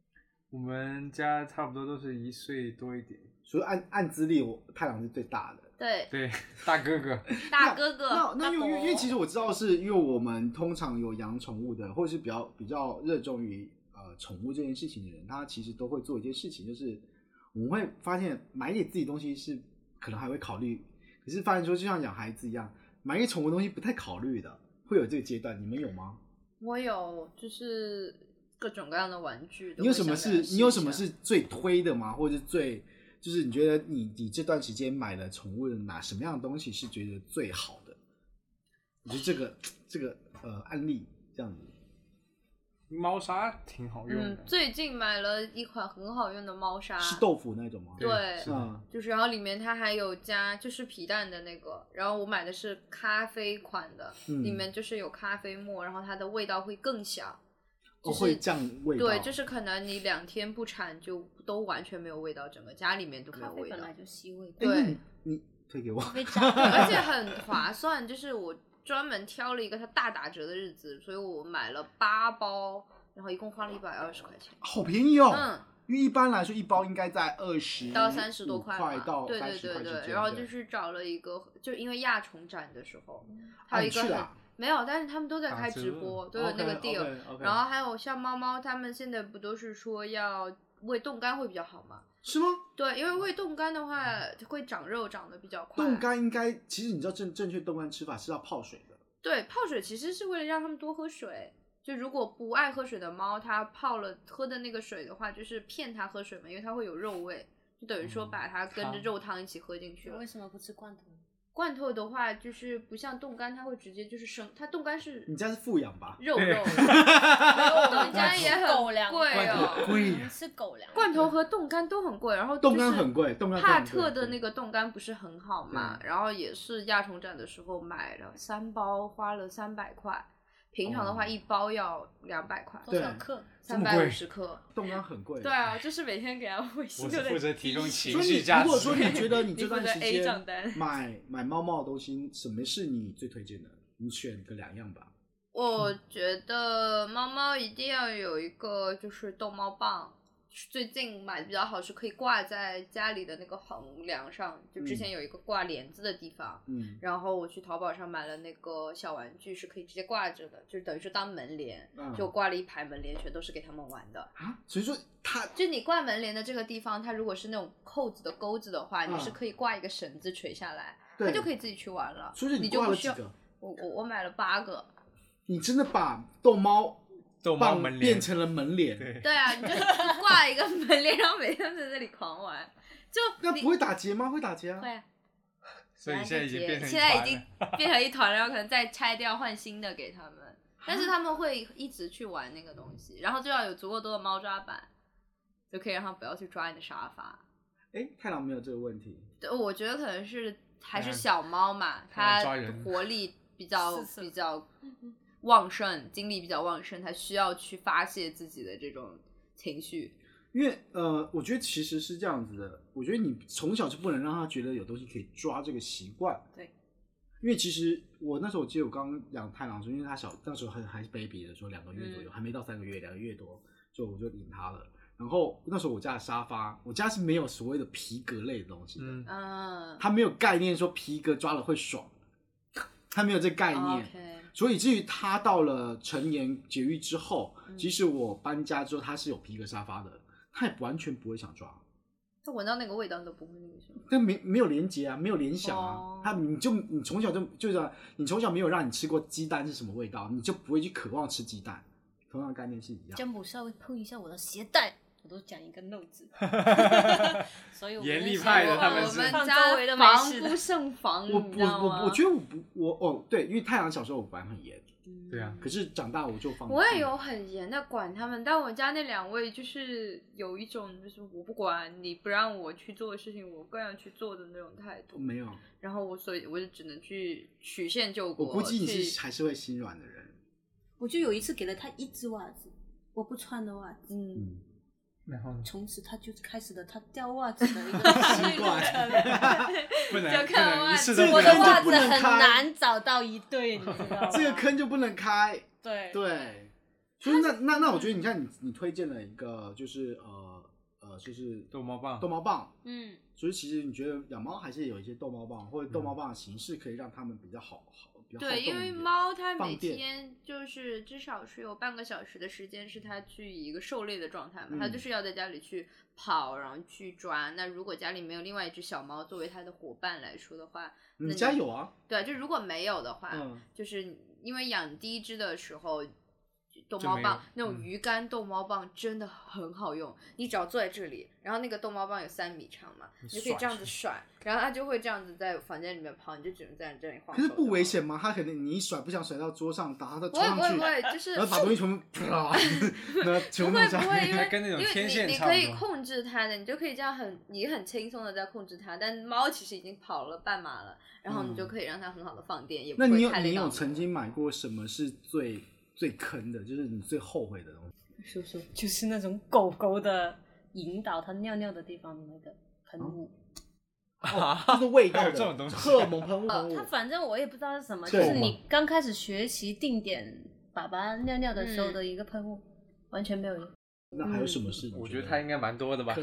S2: 我们家差不多都是一岁多一点，
S3: 所以按按资历，我太郎是最大的。
S1: 对，
S2: 对，大哥哥，
S1: 大哥哥，
S3: 那那
S1: 大
S3: 因为因为因
S1: 狗
S3: 为其实我知道，是因为我们通常有养宠物的，或者是比较比较热衷于呃宠物这件事情的人，他其实都会做一件事情，就是我们会发现买给自己东西是可能还会考虑，可是发现说就像养孩子一样，买给宠物东西不太考虑的，会有这个阶段，你们有吗？
S1: 我有就是各种各样的玩具都
S3: 你有
S1: 会
S3: 什
S1: 想
S3: 么
S1: 给它试一下。
S3: 是你有什么
S1: 啊
S3: 是最推的吗？或者是最就是你觉得你你这段时间买了宠物的哪什么样的东西是觉得最好的？我觉得这个这个呃案例这样子，
S2: 猫砂挺好用
S1: 嗯
S2: 的，，
S1: 最近买了一款很好用的猫砂，
S3: 是豆腐那种吗？
S1: 啊对
S2: 是的
S3: 嗯，
S1: 就是然后里面它还有加就是皮蛋的那个，然后我买的是咖啡款的，
S3: 嗯
S1: 里面就是有咖啡沫，然后它的味道会更小，
S3: 哦
S1: 就是
S3: 会降味道，
S1: 对，就是可能你两天不产就都完全没有味道，整个家里面都没
S5: 咖
S1: 有
S5: 啡
S1: 味道
S5: 本，来就吸味道，
S3: 哎那你
S1: 对
S3: 你推给我，
S4: 被扎到
S1: 而且很划算，就是我专门挑了一个它大打折的日子，所以我买了八包，然后一共花了一百二十块钱，
S3: 好便宜哦。
S1: 嗯。
S3: 因为一般来说一包应该在二十
S1: 到三十多
S3: 块
S1: 嘛，
S3: 到
S1: 对对
S3: 30
S1: 对
S3: 块之
S1: 对，
S3: 间
S1: 然后
S3: 对
S1: 就是找了一个，就因为亚宠展的时候，还
S3: 啊
S1: 有
S3: 你
S1: 一个
S3: 去
S1: 很、
S3: 了
S1: 没有，但是他们都在
S2: 打
S1: 开直
S2: 折
S1: 播，都有那个
S3: OK，OK，OK
S1: deal，然后还有像猫猫，他们现在不都是说要喂冻干会比较好嘛。
S3: 是吗？
S1: 对，因为喂冻干的话会长肉，长得比较快。
S3: 嗯冻干应该，其实你知道正正确冻干吃法是要泡水的。
S1: 对，泡水其实是为了让它们多喝水。就如果不爱喝水的猫，它泡了喝的那个水的话，就是骗它喝水嘛，因为它会有肉味，就等于说把它跟着肉汤一起喝进去了。
S5: 为什么不吃罐头？
S1: 罐头的话，就是不像冻干，它会直接就是生，它冻干是
S3: 你家是富养吧？
S1: 肉肉的，冻 干也很
S5: 狗粮
S1: 贵哦。
S2: 贵呀，
S5: 吃狗粮。
S1: 罐头和冻干都很贵，然后就
S3: 冻
S1: 是
S3: 干很贵，冻干
S1: 帕特的那
S3: 个
S1: 个冻干不是很好嘛，然后也是亚宠展的时候买了三包，花了三百块。平常的话，
S3: 哦
S1: 一包要两百块，
S5: 多少
S3: 对
S5: 克？
S2: 这
S1: 三
S2: 么
S1: 百
S2: 贵
S1: 五十克。
S3: 冻干很贵。
S1: 对啊，就是每天给它喂
S2: 我
S1: 新
S2: 是
S1: 的。
S2: 负责提供情
S3: 所以
S2: 绪
S3: 你
S2: 价
S3: 如果说你
S2: 值。
S3: 觉得你
S1: 你
S3: 这
S1: 负
S3: 段
S1: 责
S3: 时
S1: A 账
S3: 间
S1: 单。
S3: 买买猫猫的东西，什么是你最推荐的？你选个两样吧。
S1: 我
S3: 嗯
S1: 觉得猫猫一定要有一个就是逗猫棒，最近买的比较好是可以挂在家里的那个横梁上，就之前有一个挂帘子的地方。
S3: 嗯
S1: 然后我去淘宝上买了那个小玩具，是可以直接挂着的，就是等于是当门帘，
S3: 嗯
S1: 就挂了一排门帘，全都是给他们玩的。
S3: 啊，所以说它
S1: 就你挂门帘的这个地方，它如果是那种扣子的钩子的话，
S3: 嗯
S1: 你是可以挂一个绳子垂下来，它
S3: 对
S1: 就可以自己去玩了。
S3: 所以
S1: 你
S3: 你
S1: 就
S3: 挂
S1: 不
S3: 了
S1: 需
S3: 几
S1: 要。
S3: 个？
S1: 我我我买了八个。
S3: 你真的把逗猫
S2: 逗猫
S3: 棒
S2: 门帘
S3: 变成了门帘，
S2: 对，
S1: 对啊，你就就挂一个门 帘，然后每天在那里狂玩，就
S3: 那
S1: 你
S3: 不会打结吗？会打结啊。
S1: 会啊，
S2: 所以现在已经变成一
S1: 现在已
S2: 团
S1: 经
S2: 了
S1: 变成一团了，然后可能再拆掉换新的给他们，但
S3: 啊
S1: 是他们会一直去玩那个东西，然后就要有足够多的猫抓板，就可以让他们不要去抓你的沙发。
S3: 哎，太郎没有这个问题。
S1: 对，我觉得可能是还是
S2: 嗯
S1: 小猫嘛，
S2: 它
S1: 它
S2: 抓人
S1: 活力比较
S5: 是是
S1: 比较
S3: 嗯
S1: 旺盛，精力比较旺盛，它需要去发泄自己的这种情绪。
S3: 因为呃，我觉得其实是这样子的，我觉得你从小就不能让他觉得有东西可以抓这个习惯。
S5: 对，
S3: 因为其实我那时候我记得我刚养太郎的时候，因为他小那时候还还是 baby 的时候，两个月左右，还没到三个月，两个月多，就我就领他了。然后那时候我家的沙发，我家是没有所谓的皮革类的东西的，
S2: 嗯，
S1: 嗯
S3: 他没有概念说皮革抓了会爽，他没有这概念。
S1: 哦，OK，
S3: 所以至于他到了成年绝育之后，即使我搬家之后，他是有皮革沙发的，他也完全不会想抓，
S1: 它闻到那个味道都不会那个什么。
S3: 但没没有连接啊，没有联想啊，
S1: 哦
S3: 他你就你从小就就是你从小没有让你吃过鸡蛋是什么味道，你就不会去渴望吃鸡蛋，同样的概念是一样。
S5: 詹姆稍微碰一下我的鞋带，我都讲一个 no 字。所以我们
S2: 严厉
S5: 是
S2: 派的
S5: 放
S2: 他们
S1: 我
S2: 是
S1: 们
S5: 放
S1: 家
S5: 周围的美
S1: 防
S5: 食
S1: 不
S5: 的。
S1: 胜防，
S3: 我
S1: 你知
S3: 我
S1: 道
S3: 我
S1: 吗？
S3: 我觉得我不我哦对，因为太阳小时候我管很严，
S5: 嗯
S2: 对啊，
S3: 可是长大我就放。
S1: 我也有很严的管他们，但我家那两位就是有一种就是我不管你不让我去做的事情，我更要去做的那种态度。
S3: 没有，
S1: 然后我所以我就只能去曲线救
S3: 我
S1: 国。
S3: 估计你
S1: 去
S3: 是还是会心软的人。
S5: 我就有一次给了他一只袜子，我不穿的袜子，
S1: 嗯，
S3: 嗯，
S2: 然后呢？
S5: 从此他就开始了他掉袜子的一个
S3: 嗯
S5: 习 惯。
S2: 不能
S1: 就
S2: 不
S1: 看袜
S2: 能一次
S1: 子
S2: 都不
S5: 我的
S2: 能
S5: 袜
S2: 做。
S5: 子很难找到一对，你知道吗？
S3: 这个坑就不能开。
S5: 对
S3: 对，所以那那
S1: 嗯
S3: 那我觉得你看你你推荐了一个就是呃呃就是
S2: 逗猫棒
S3: 逗，猫棒，
S1: 嗯，
S3: 所以其实你觉得养猫还是有一些逗猫棒或者
S2: 嗯
S3: 逗猫棒的形式可以让它们比较好好比较好
S1: 对，
S3: 动
S1: 因为
S3: 一点
S1: 猫它每
S3: 放电
S1: 天就是至少是有半个小时的时间是它去以一个狩猎的状态嘛，
S3: 嗯
S1: 它就是要在家里去跑，然后去抓。那如果家里没有另外一只小猫作为它的伙伴来说的话，
S3: 你
S1: 那你
S3: 家有啊，
S1: 对，就如果没有的话，
S3: 嗯，
S1: 就是因为养第一只的时候，逗
S2: 就
S1: 猫
S2: 没有
S1: 棒那种
S2: 嗯
S1: 鱼竿逗猫棒真的很好用，你只要坐在这里，然后那个逗猫棒有三米长嘛，
S2: 你
S1: 你就可以
S2: 甩
S1: 这样
S2: 出
S1: 子甩，然后它就会这样子在房间里面跑，你就只能在这里晃。
S3: 可是不危。险吗？它可能你一甩不想甩到桌上，打它到
S1: 不
S3: 桌
S1: 会
S3: 上
S1: 不会
S3: 去
S1: 不，会，就是
S3: 然后把东 西全部啪， 那全
S1: 不
S3: 部弄
S1: 会不
S3: 下
S1: 会，
S3: 来。
S1: 因为
S2: 它 跟那种
S1: 因为
S2: 天线
S1: 你你
S2: 差不
S1: 可以
S2: 多
S1: 控制它的，你就可以这样很你很轻松的在控制它。但猫其实已经跑了半马了，然后你就
S3: 嗯
S1: 可以让它很好的放电，也不
S3: 那你
S1: 会
S3: 有
S1: 太累
S3: 你
S1: 到
S3: 有曾经买过什么是最最坑的，就是你最后悔的 东西？
S5: 叔叔就是那种狗狗的引导它尿尿的地方的那个喷
S2: 哦
S5: 雾。
S3: 就是味道
S2: 还有
S3: 的
S2: 这种东西
S3: 荷尔蒙喷雾喷雾
S1: 呃
S5: 它。反正我也不知道是什么，
S3: 这
S5: 就
S3: 种
S5: 是
S3: 哦吗
S5: 你刚开始学习定点粑粑尿尿的时候
S1: 嗯
S5: 的一个喷雾，完全没有 用。
S3: 那还有什么事？
S2: 嗯我 觉得他应该蛮多的吧，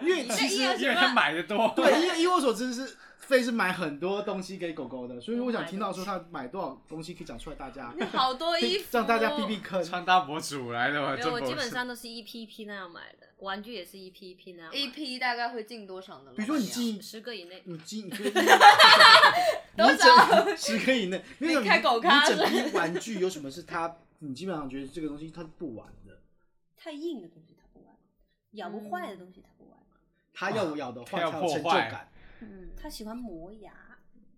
S3: 因为
S1: 这
S3: 其实
S1: 一有什
S2: 因为
S1: 么
S2: 他买的多。
S3: 对，因为以我所知是费是买很多东西给狗狗的，所以我想听到说他买多少东西可以讲出来，大家
S1: 好多衣服，
S3: 让大家避避啊坑。
S2: 穿搭博主来的吧？
S4: 哦没有，
S2: 这
S4: 我基本
S2: 是
S4: 上都是一批一批那样买的，玩具也是一批一批那样买的。
S1: 一批大概会进多少呢？
S3: 比如说你进
S4: 十个以内，
S3: 你 进，你多少十个以内？没有
S1: 你开狗咖
S3: 你整
S1: 是
S3: 批玩具有什么是他？你基本上觉得这个东西他不玩的，
S5: 太硬的东西他不玩，咬
S4: 嗯
S5: 不坏的东西他不玩，
S3: 他要我咬的话
S2: 啊他要
S3: 才有成就
S2: 破坏
S3: 感。
S1: 嗯，
S5: 他喜欢磨牙。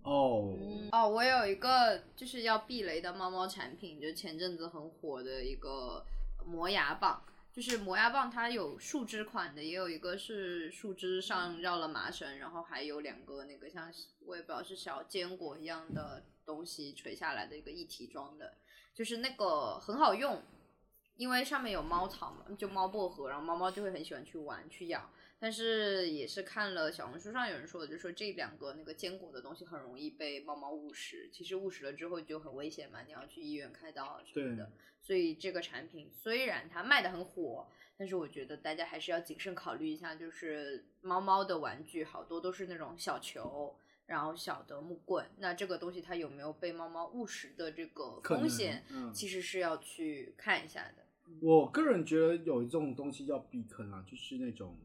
S3: 哦，
S1: 哦，我有一个就是要避雷的猫猫产品，就前阵子很火的一个磨牙棒，就是磨牙棒，它有树枝款的，也有一个是树枝上绕了麻绳，然后还有两个那个像我也不知道是小坚果一样的东西垂下来的一个一体装的，就是那个很好用，因为上面有猫草嘛，就猫薄荷，然后猫猫就会很喜欢去玩去咬。但是也是看了小红书上有人说的，就说这两个那个坚果的东西很容易被猫猫误食，其实误食了之后就很危险嘛，你要去医院开刀啊什么的。所以这个产品虽然它卖的很火，但是我觉得大家还是要谨慎考虑一下，就是猫猫的玩具好多都是那种小球，然后小的木棍，那这个东西它有没有被猫猫误食的这个
S3: 可能
S1: 风险，
S3: 嗯
S1: 其实是要去看一下的。
S3: 我个人觉得有一种东西叫避坑啊，就是那种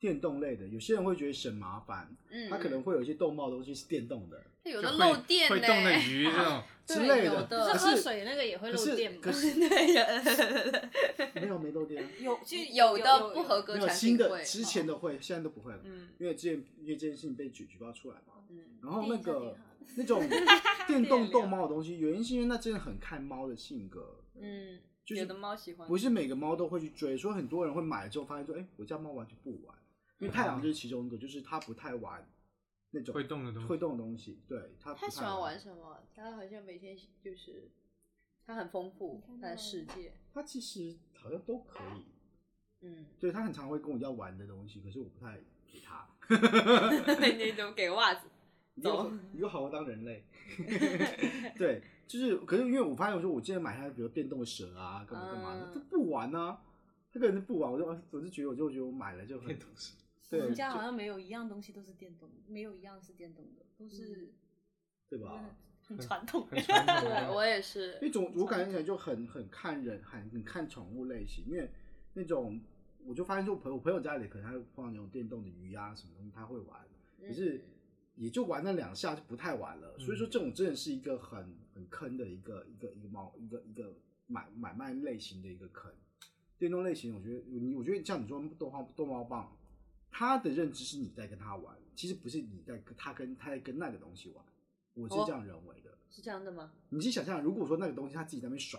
S3: 电动类的，有些人会觉得省麻烦，
S1: 嗯，
S3: 他可能会有一些动猫的东西是电动的
S1: 它有
S2: 就
S1: 的
S2: 会
S1: 漏电
S2: 会
S1: 呢，
S2: 动 的鱼这种，
S3: 之类
S1: 有的
S3: 可
S5: 喝
S3: 是
S5: 水那个也会
S3: 可
S5: 漏电
S3: 是
S5: 嘛
S3: 可？ 是
S1: 对呀。
S3: 没有没漏电啊，
S5: 有
S1: 就
S5: 就
S1: 有的不合格
S3: 没有
S1: 产
S3: 新
S1: 品
S3: 的
S1: 会，
S3: 之前的会，现在都不会了，
S1: 嗯
S3: 因为之前因为这件事情被举举报出来嘛。
S1: 嗯
S3: 然后那个
S5: 电一下
S3: 那 种电动
S1: 电疗
S3: 逗猫的东西，原因是因为那真的很看猫的性格，
S1: 嗯，
S3: 就是
S1: 有的猫喜欢，
S3: 不是每个猫都会去追，所以很多人会买了之后发现说，哎，我家猫完全不玩，因为太阳就是其中一个，就是它不太玩那种
S2: 会动的东西
S3: 会动的东西，对它不
S1: 它
S3: 太
S1: 喜欢玩，什么？它好像每天就是它很丰富它的世界，
S3: 它其实好像都可以，
S1: 嗯，
S3: 对它很常会跟我要玩的东西，可是我不太给它，
S1: 那种给袜子，
S3: 你
S1: 走
S3: 又你又好好当人类， 对，就是可是因为我发现我说我之前买它，比如电动蛇啊，干嘛干嘛的，
S1: 嗯
S3: 它不玩啊，它根本就不玩，我就我就觉得我就觉得我买了就很
S2: 电动蛇
S5: 我
S3: 对
S5: 们家
S3: 就
S5: 好像没有一样东西都是电动的，没有一样是电动的，都是
S3: 对吧？
S5: 很传统。
S2: 很 传统
S1: 嗯对啊
S2: 的。
S1: 我也 是
S3: 因，为总我感觉起来就很很看人，很很看宠物类型，因为那种我就发现说，我朋友我朋友家里可能他会放那种电动的鱼啊什么东西，他会玩，可是也就玩那两下就不太玩了。所以说这种真的是一个很很坑的一个一个一个猫一个一个买买卖类型的一个坑。电动类型，我觉得你我觉得像你说逗猫逗猫棒，它的认知是你在跟它玩，其实不是你在跟它跟它在跟那个东西玩，我是这样认为的。
S1: 是这样的吗？
S3: 你自己想象，如果说那个东西它自己在那边甩，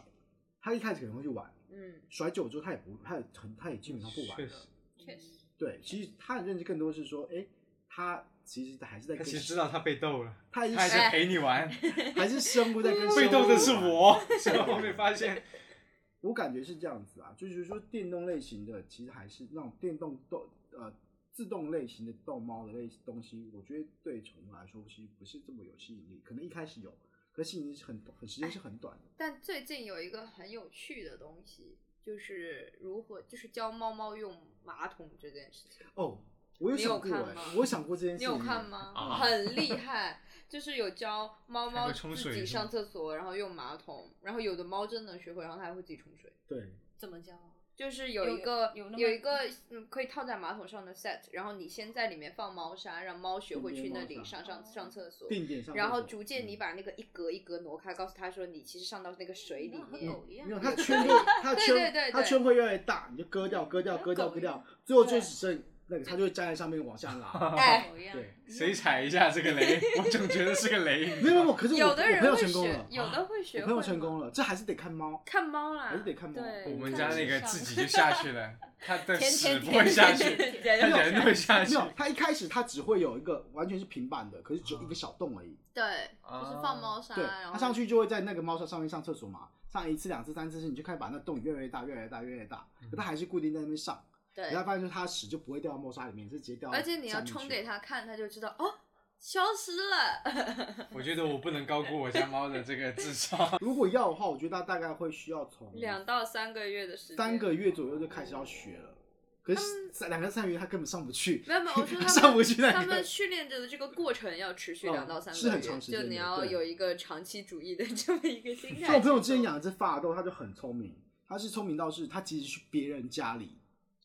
S3: 它一开始可能会去玩，
S1: 嗯，
S3: 甩久了之后它也不，它也很，它也基本上不玩
S2: 确
S3: 了。
S2: 实
S1: 确实，
S3: 对，其实他的认知更多是说，哎，他其实还是在
S2: 他
S3: 跟，
S2: 其实知道他被逗了，
S3: 他还
S2: 他
S3: 是
S2: 还是
S1: 哎
S2: 陪你 玩，
S3: 还是生物在 跟
S2: 被
S3: 动
S2: 逗的是。我， 所以后面发现
S3: 我感觉是这样子啊，就是说电动类型的其实还是那种电动动呃自动类型的逗猫的类东西，我觉得对宠物来说其实不是这么有吸引力，可能一开始有，可吸引力是很很时间是很短的。
S1: 但最近有一个很有趣的东西，就是如何就是教猫猫用马桶这件事情。
S3: 哦，我有
S1: 你有
S3: 想过
S1: 看
S3: 哎
S1: 吗，
S3: 我有想过这件事
S1: 你
S3: 情哎，
S1: 有看吗？
S2: 啊
S1: 很厉害，就是有教猫
S2: 还
S1: 猫
S2: 会冲
S1: 自
S2: 水
S1: 己
S2: 是吗
S1: 上厕所，然后用马桶，然后有的猫真的学会，然后它还会自己冲水。
S3: 对，
S5: 怎么教啊？
S1: 就是有
S5: 有
S1: 一个
S5: 有那么
S1: 一个嗯可以套在马桶上的 set，然后你先在里面放猫砂，让猫学会去那里
S3: 猫砂
S1: 上
S5: 哦
S1: 上上厕所，
S3: 定点上厕所。
S1: 然后逐渐你
S3: 嗯
S1: 把那个一格一格挪开，告诉它说你其实上到那个水 里
S5: 和
S1: 面。
S5: 狗一样
S3: 没有，
S5: 啊。
S3: 它 圈会，它圈，
S1: 对对对
S3: 它圈会越来越大，你就割掉，割掉，割掉，割掉，最后就只剩那个，它就会站在上面往下拉。
S1: 哎，
S5: 狗一样。
S3: 对，
S2: 谁踩一下这个雷，我总觉得是个 雷。
S3: 没有没有没有，可是我
S1: 有的
S3: 我朋
S1: 人
S3: 友
S1: 会
S3: 成功
S1: 学
S3: 了，，
S1: 有的会学
S3: 我
S1: 会
S3: 朋友
S1: 吗。
S3: 成功了，这还是得看猫，
S1: 看猫啦，
S3: 还是得看猫
S1: 对，
S2: 我们
S5: 看
S2: 家那
S5: 纸
S2: 个
S5: 上
S2: 自己就下去 了，他的
S5: 天
S2: 屎
S5: 天
S2: 不会下
S5: 天
S2: 去，
S5: 天
S2: 他人会下
S3: 没
S2: 去。
S3: 有，它一开始它只会有一个完全是平板的，可是只有一
S2: 嗯
S3: 个小洞而已。
S1: 对，
S2: 啊
S1: 就是放猫砂，
S3: 对，
S1: 然
S3: 它
S1: 后
S3: 上去就会在那个猫砂上面上厕所嘛，上一次、两次、三次，你就开始把那洞越来越大、越来越大、越来越大，
S2: 嗯
S3: 可它还是固定在那边上。
S1: 对
S3: 你，会发现说它屎就不会掉到猫砂里面，是直接掉到
S1: 而且你要
S3: 啊下面
S1: 冲
S3: 去嗯
S1: 给它看，它就知道哦，消失 了，
S2: 我觉得我不能高估我家猫的这个智商。
S3: 如果要的话，我觉得它大概会需要从
S1: 两到三个月的时间，
S3: 三个月左右就开始要学了。可是三两个鳝鱼它根本上不去，
S1: 没有没有，我说他
S3: 上
S1: 们
S3: 不去那
S1: 他
S3: 个
S1: 们。训练着的这个过程要持续
S3: 哦
S1: 两到三
S3: 是
S1: 个
S3: 很
S1: 月，
S3: 长时
S1: 就
S3: 间
S1: 你
S3: 的
S1: 要
S3: 对
S1: 有一个长期主义的 这么一个心态。
S3: 像我朋友之前养一只发豆，它就很聪明，它是聪明到是它即使去别人家里，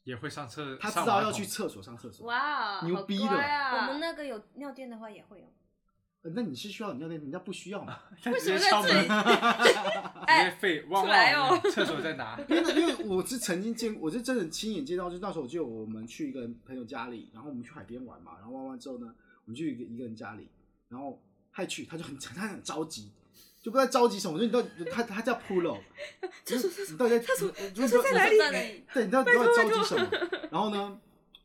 S2: 也会上厕，
S3: 它知
S2: 上
S3: 道
S2: 马
S3: 要
S2: 桶
S3: 去厕所上厕所。
S1: 哇，
S3: 牛
S1: 好
S3: 逼的
S1: 乖啊！
S5: 我们那个有尿垫的话也会有，
S3: 呃那你是需要你尿垫，人家不需要嘛？
S1: 为什么
S2: 直
S1: 在
S2: 接敲
S1: 这 里哎
S2: 门？直接废，汪
S1: 出来哦哟，
S2: 汪厕所在哪？
S3: 因为因为我是曾经见，我是真的亲眼见到，就那时候我记得我们去一个朋友家里，然后我们去海边玩嘛，然后玩完之后呢，我们去一个一个人家里，然后他一去他就很他很着急，就不知道着急什么，我说你到底他他叫 pull，厕 所厕所，你到底在厕所厕所在
S1: 哪里在哪里？
S3: 对，你到底到底着急什么？然后呢，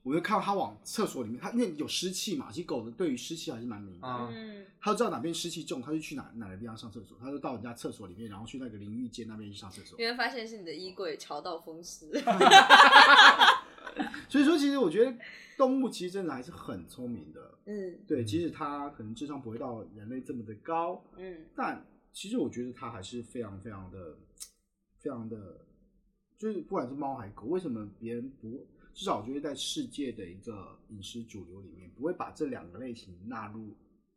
S3: 我就看到他往厕所里面，他那有湿气嘛，其实狗的对于湿气还是蛮敏感的。
S2: 啊，
S1: 嗯，
S3: 他就知道哪边湿气重，他就去哪哪个地方上厕所，他就到人家厕所里面，然后去那个淋浴间那边去上厕所。
S1: 你会发现是你的衣柜潮到风湿。
S3: 所以说，其实我觉得动物其实真的还是很聪明的，
S1: 嗯
S3: 对，
S2: 嗯
S3: 即使它可能智商不会到人类这么的高，
S1: 嗯，
S3: 但其实我觉得它还是非常非常的、非常的，就是不管是猫还是狗，为什么别人不？至少我觉得在世界的一个饮食主流里面，不会把这两个类型纳入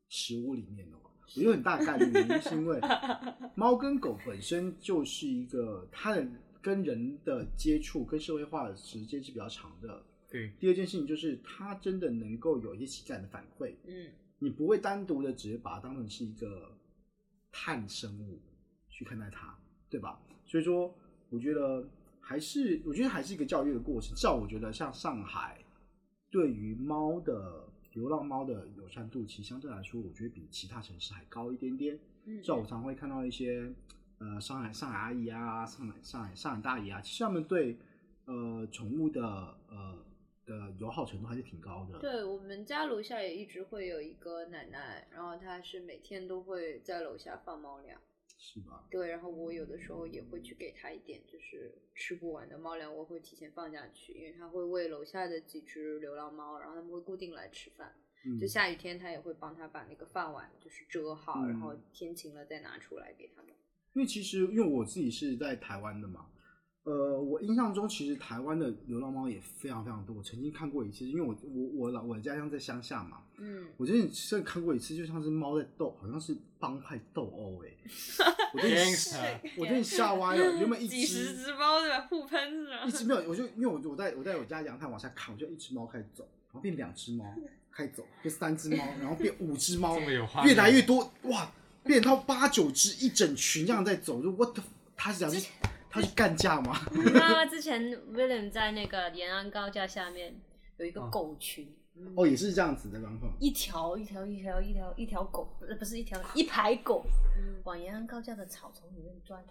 S3: 食物里面的话，我有很大概率原因是因为猫跟狗本身就是一个它的跟人的接触跟社会化的时间是比较长的，
S2: 对，
S3: 第二件事情就是，它真的能够有一些情感的反馈，
S1: 嗯，
S3: 你不会单独的只是把它当成是一个碳生物去看待它，对吧？所以说，我觉得还是，我觉得还是一个教育的过程。至少我觉得，像上海对于猫的流浪猫的友善度，其实相对来说，我觉得比其他城市还高一点点。
S1: 嗯
S3: 像我常会看到一些呃上海上海阿姨啊，上海上海上海大姨啊，其实他们对呃宠物的呃的友好程度还是挺高的。
S1: 对我们家楼下也一直会有一个奶奶，然后她是每天都会在楼下放猫粮。
S3: 是吧？
S1: 对，然后我有的时候也会去给它一点，就是吃不完的猫粮，我会提前放下去，因为它会喂楼下的几只流浪猫，然后它们会固定来吃饭。
S3: 嗯
S1: 就下雨天，它也会帮它把那个饭碗就是遮好，然后
S3: 嗯
S1: 天晴了再拿出来给它们。
S3: 因为其实因为我自己是在台湾的嘛，呃，我印象中其实台湾的流浪猫也非常非常多。我曾经看过一次，因为我我我老我的家乡在乡下嘛，
S1: 嗯，
S3: 我真的真的看过一次，就像是猫在斗，好像是帮派斗殴 哎、我真的
S2: Gangster
S3: 我真的吓歪了，原本一
S1: 几十
S3: 只
S1: 只猫对吧？互喷是吧
S3: 一？直没有，我就因为我我在我在我家阳台往下看，我就一只猫开始走，然后变两只猫开始走，变三只猫，然后变五只猫
S2: 这么有画，面
S3: 越来越多，哇，变到八九只，一整群这样在走，就 what the- 他是想去他去干架吗？
S5: 你知道吗？之前 William 在那个延安高架下面有一个
S2: 嗯
S5: 狗群，
S3: 哦，也是这样子的，然后
S5: 一条一条一条一条一条狗，不是不是一条一排狗
S1: 嗯，
S5: 往延安高架的草丛里面钻，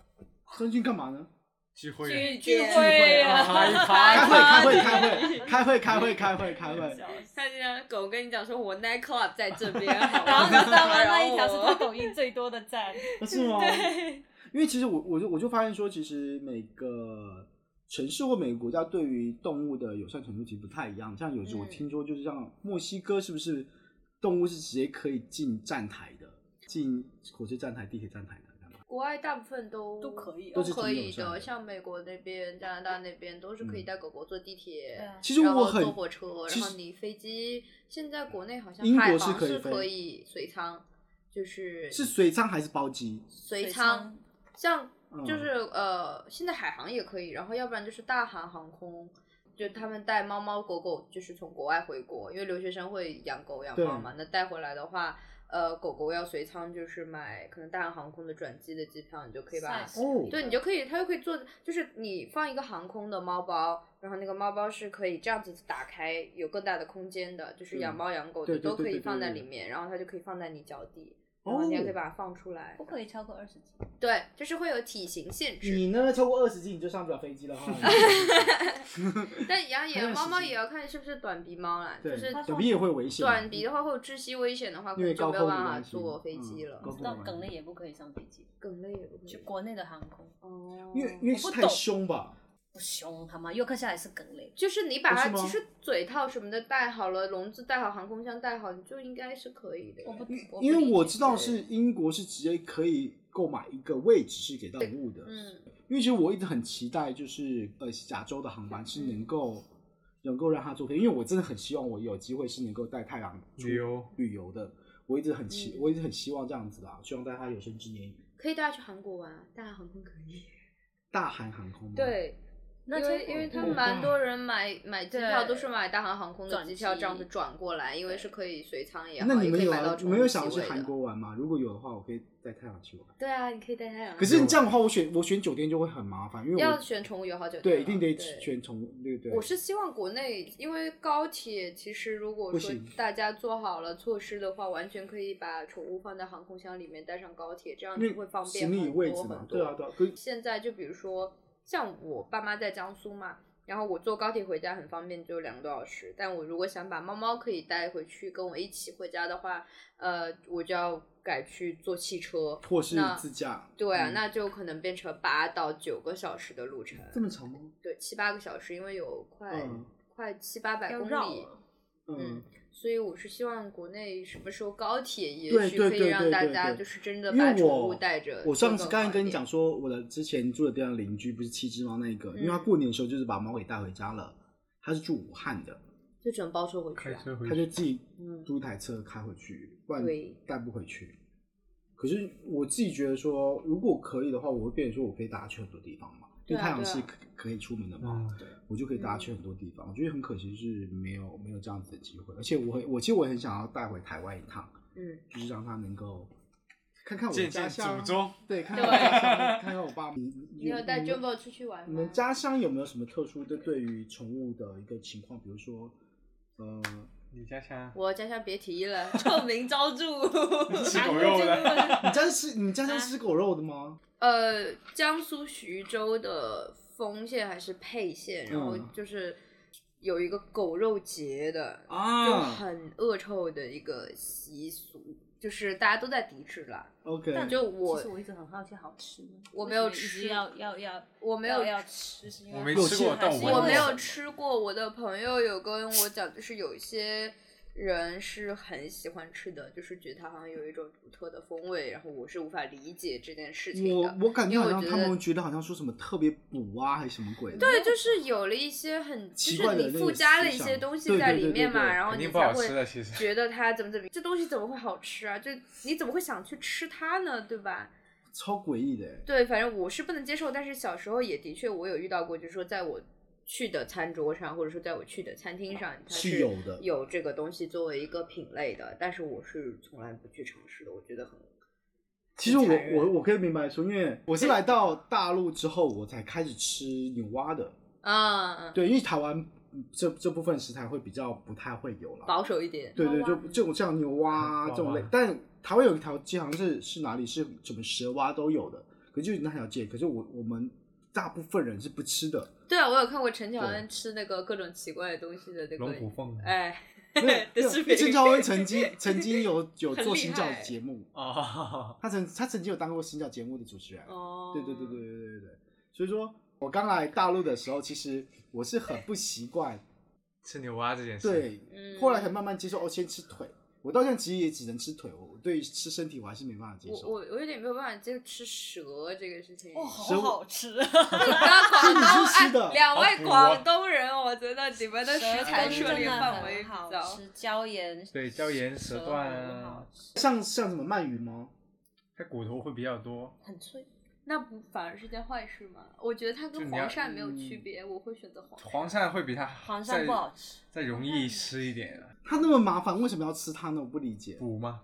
S3: 孙俊干嘛呢？
S2: 聚会
S1: 聚
S5: 会
S1: 啊，
S2: 啊一
S3: 开
S2: 趴
S3: 会，开会，开会，开会，开会，开会，开会。
S1: 他经常狗跟你讲说，我 nightclub 在这边，然
S5: 然后你知道吗？
S1: 然
S5: 那
S1: 后
S5: 一条是
S1: 我
S5: 他抖音最多的 赞，
S3: 是吗？ 因为其实我我就我就发现说，其实每个城市或每个国家对于动物的友善程度其实不太一样。像有时候我
S1: 嗯
S3: 听说，就是像墨西哥是不是动物是直接可以进站台的，进火车站台、地铁站台的，干嘛？
S1: 国外大部分都
S5: 都可以啊
S1: 都
S3: 都是
S1: 可以
S3: 挺友善
S1: 的，
S3: 的嗯
S1: 像美国那边、加拿大那边都是可以带狗狗坐地铁，
S5: 对啊
S3: 其实
S1: 然
S3: 我
S1: 后
S3: 很
S1: 坐火车，
S3: 其
S1: 然
S3: 实
S1: 后你飞机。现在国内好像
S3: 英国
S1: 海
S3: 是
S1: 航
S3: 可以
S1: 是
S3: 飞
S1: 可以随舱，就是
S3: 是随舱还是包机？
S1: 随舱，像
S3: 嗯
S1: 就是呃，现在海航也可以，然后要不然就是大韩航空。就他们带猫猫狗狗，就是从国外回国，因为留学生会养狗养
S3: 对
S1: 猫嘛。那带回来的话，呃，狗狗要随舱，就是买可能大韩航空的转机的机票，你就可以把它
S3: 哦
S1: 对你就可以，它就可以做，就是你放一个航空的猫包，然后那个猫包是可以这样子打开，有更大的空间的，就是养
S3: 嗯
S1: 猫养狗
S3: 对
S1: 的
S3: 对
S1: 都
S3: 对
S1: 可以
S3: 对对
S1: 放在
S3: 对
S1: 里
S3: 对
S1: 面，然后它就可以放在你脚底，然后
S3: 哦
S1: 你，还可以把它放出来
S5: 不。可以超过二十斤。
S1: 对，就是会有体型限制，
S3: 你呢？超过二十斤你就上不了飞机了哈。
S1: 但养野
S3: 很有
S1: 猫
S3: 时
S1: 猫
S3: 间
S1: 也要看是不是短鼻猫啦，就
S3: 对
S1: 是，
S3: 小鼻也会危险。啊
S1: 短鼻的话会有窒息危险的话，可
S3: 因为
S1: 能就
S3: 高
S1: 没有
S3: 空
S1: 办
S3: 的
S1: 法
S3: 关系
S1: 坐飞
S3: 嗯
S1: 机了
S3: 高。空
S5: 知道梗类也不可以上飞机，
S1: 梗类也不可
S5: 就
S1: 以
S5: 国内的航空
S1: 哦，
S3: 因为因为
S5: 我不
S3: 太
S5: 懂
S3: 凶吧？
S5: 不凶好吗？游客下来是梗类，
S1: 就是你把
S3: 不是
S1: 它
S3: 吗
S1: 其实嘴套什么的戴好了，笼子戴好，航空箱戴好，你就应该是可以的呀。
S5: 我不不
S3: 因为
S5: 理
S3: 我
S5: 解
S3: 知道是英国是直接可以购买一个位置是给到动物的，
S1: 嗯
S3: 因为其实我一直很期待，就是呃亚洲的航班是能够能够让它做推，因为我真的很希望我有机会是能够带太阳出
S2: 旅游
S3: 旅游的，我一直很
S1: 嗯
S3: 期，我一直很希望这样子的、啊，希望在它有生之年，
S1: 可以带他去韩国玩啊，大韩航空可以。
S3: 大韩航空吗？，
S1: 对，
S4: 那
S1: 因为
S4: 就
S1: 因为他
S3: 嗯
S1: 们蛮多人买买机票
S4: 啊对
S1: 都是买大韩航空的
S4: 转
S1: 机票，
S4: 机
S1: 这样子转过来，因为是可以随舱也
S3: 那
S1: 好，
S3: 你
S1: 也可
S3: 们
S1: 以
S3: 有
S1: 买到
S3: 啊你
S1: 宠物
S3: 们有
S1: 气
S3: 想去
S1: 味
S3: 韩
S1: 的？
S3: 国玩吗？如果有的话，我可以带太阳去玩。
S1: 对啊，你可以带太阳。
S3: 可是你这样的话，我选我选酒店就会很麻烦，因为
S1: 要
S3: 我
S1: 选宠物友好酒店
S3: 对
S1: 了
S3: 一定得
S1: 对
S3: 选宠物，对不对？
S1: 我是希望国内，因为高铁其实如果
S3: 不
S1: 说
S3: 行
S1: 大家做好了措施的话，完全可以把宠物放在航空箱里面，带上高铁，这样
S3: 因为
S1: 就会方便
S3: 行李
S1: 很
S3: 位
S1: 多
S3: 置
S1: 很
S3: 嘛，
S1: 多。
S3: 对啊对啊，可是
S1: 现在就比如说，像我爸妈在江苏嘛，然后我坐高铁回家很方便，就两个多小时。但我如果想把猫猫可以带回去跟我一起回家的话，呃，我就要改去坐汽车。
S3: 或是
S1: 那
S3: 自驾。
S1: 对啊，
S3: 嗯
S1: 那就可能变成八到九个小时的路程，
S3: 这么长吗？
S1: 对，七八个小时，因为有快、
S3: 嗯
S1: 快七八百
S4: 要
S1: 公
S4: 绕
S1: 里。
S4: 啊
S3: 嗯
S1: 嗯，所以我是希望国内什么时候高铁也
S3: 对
S1: 许
S3: 对
S1: 可以
S3: 对
S1: 让
S3: 对
S1: 大
S3: 对
S1: 家
S3: 对
S1: 就是真的
S3: 因
S1: 把
S3: 为
S1: 宠
S3: 我
S1: 物带着
S3: 我
S1: 会
S3: 上次
S1: 更
S3: 刚才
S1: 好
S3: 跟
S1: 一
S3: 你
S1: 点
S3: 讲说，我的之前住的地方邻居不是七只猫那一个，因为他
S1: 嗯
S3: 过年的时候就是把猫给带回家了，他是住武汉的，
S1: 就只能包车回去、嗯
S2: 开
S1: 啊。
S2: 车回
S3: 他就
S2: 去。
S3: 自己租一台车开回去，不然
S1: 对
S3: 带不回去。可是我自己觉得说，如果可以的话，我会变成说我可以带它去很多地方嘛，因
S1: 对
S3: 为
S1: 啊
S3: 太阳
S1: 对啊
S3: 是可可以出门的嘛，
S2: 嗯，
S3: 我就可以带它去很多地方。我觉得很可惜是没有没有这样子的机会，而且我很我其实我很想要带回台湾一趟，
S1: 嗯，
S3: 就是让它能够看看我的
S2: 见
S3: 家
S2: 见
S3: 乡
S2: 祖，宗。
S3: 对，看看我的家乡，看看我 爸妈。你
S1: 你有带
S3: 们
S1: Jumbo 出去玩
S3: 你
S1: 吗？
S3: 们家乡有没有什么特殊的对于宠物的一个情况？比如说，呃，
S2: 你家乡？
S1: 我家乡别提 了，臭名昭著。
S2: 吃 狗肉的。
S3: 你 家是你家乡吃狗肉的吗？
S1: 呃，江苏徐州的丰县还是沛县，然后
S3: 嗯
S1: 就是有一个狗肉节的，就
S3: 啊
S1: 很恶臭的一个习俗，就是大家都在抵制啦。
S3: ，OK，
S1: 就我
S5: 其实我一直很好奇好吃吗？
S1: 我
S5: 为
S1: 没
S5: 什
S1: 有
S5: 么一直
S1: 吃
S5: 要要要，
S1: 我没有
S5: 要要吃，是因为
S2: 我没
S3: 有
S2: 吃
S3: 些
S2: 过，
S3: 还
S2: 但
S5: 是
S2: 我
S1: 我
S5: 因为
S1: 没
S2: 闻过
S1: 有吃过，我的朋友有跟我讲，就是有一些人是很喜欢吃的，就是觉得它好像有一种独特的风味，然后我是无法理解这件事情
S3: 我
S1: 的。
S3: 我感觉
S1: 因为
S3: 好
S1: 我
S3: 像
S1: 觉
S3: 他
S1: 得
S3: 们觉得好像说什么特别补啊，还是什么鬼的？
S1: 对，就是有了一些很，就
S3: 奇
S1: 是
S3: 怪的
S1: 你
S3: 那
S1: 附
S3: 个
S1: 加
S3: 思
S1: 了一些
S3: 想
S1: 东西
S3: 对
S1: 在
S3: 对
S1: 里
S3: 对对
S1: 面嘛，
S3: 对
S1: 然后
S2: 肯
S1: 你
S2: 定不
S1: 才
S2: 好
S1: 会
S2: 吃的，其实。
S1: 觉得它怎么怎么，这东西怎么会好吃啊？就你怎么会想去吃它呢？对吧？
S3: 超诡异的欸。
S1: 对，反正我是不能接受，但是小时候也的确我有遇到过，就是说在我去的餐桌上，或者说在我去的餐厅上，它
S3: 是
S1: 是
S3: 有的
S1: 有这个东西作为一个品类的，但是我是从来不去尝试的，我觉得很
S3: 其实我
S1: 残忍
S3: 我我可以明白说，因为我是来到大陆之后，我才开始吃牛蛙的。
S1: 啊、嗯
S3: 对，因为台湾嗯这这部分食材会比较不太会有啦。
S1: 保守一点。
S3: 对对，
S5: 猫蛙
S3: 就这种像牛蛙啊
S2: 嗯
S3: 这种
S2: 猫蛙
S3: 类，但台湾有一条街好像是是哪里是什么蛇蛙都有的，可就是那条街，可是我我们大部分人是不吃 的。
S1: 对啊，我有看过陈乔
S3: 对
S1: 恩吃那个各种奇怪的东西的那
S2: 龙虎
S1: 个，
S2: 凤。
S1: 哎，
S3: 对
S1: 的视频
S3: 陈乔恩曾经曾经 有有
S1: 很
S3: 做
S1: 厉
S3: 行脚
S1: 害
S3: 节目，
S2: 哦，
S3: 他曾他曾经有当过行脚节目的主持人。
S1: 哦，
S3: 对对对对，对对对，所以说我刚来大陆的时候，其实我是很不习 惯，
S2: 吃牛蛙这件事。。
S3: 对，
S1: 嗯，
S3: 后来才慢慢接受。哦，先吃腿，我到现在其实也只能吃腿，我对于吃身体我还是没办法接
S1: 我
S3: 受。
S1: 我我有点没有办法接受吃蛇这个事情。
S5: 哦，
S3: 食
S5: 好
S3: 物
S5: 好 吃，
S1: 那广
S3: 你
S1: 东
S3: 是吃的
S1: 哎，两位
S2: 好补啊
S1: 广东人，我觉得你们的食材
S5: 蛇
S1: 涉
S5: 羹
S1: 猎
S5: 真的
S1: 范围
S5: 很好
S1: 比较
S5: 吃，椒盐
S2: 对椒盐
S5: 蛇
S2: 蛇段
S5: 很
S2: 啊
S5: 好吃
S3: 像像什么鳗鱼吗？
S2: 它骨头会比较多，
S5: 很脆，
S1: 那不反而是件坏事吗？我觉得它
S2: 就
S1: 跟
S2: 你要
S1: 黄鳝
S3: 嗯
S1: 没有区别，我会选择黄鳝。
S2: 黄鳝会比它
S5: 黄鳝
S2: 再
S5: 不好吃，
S2: 再容易吃一点啊。
S3: 它那么麻烦，为什么要吃它呢？我不理解。
S2: 补吗？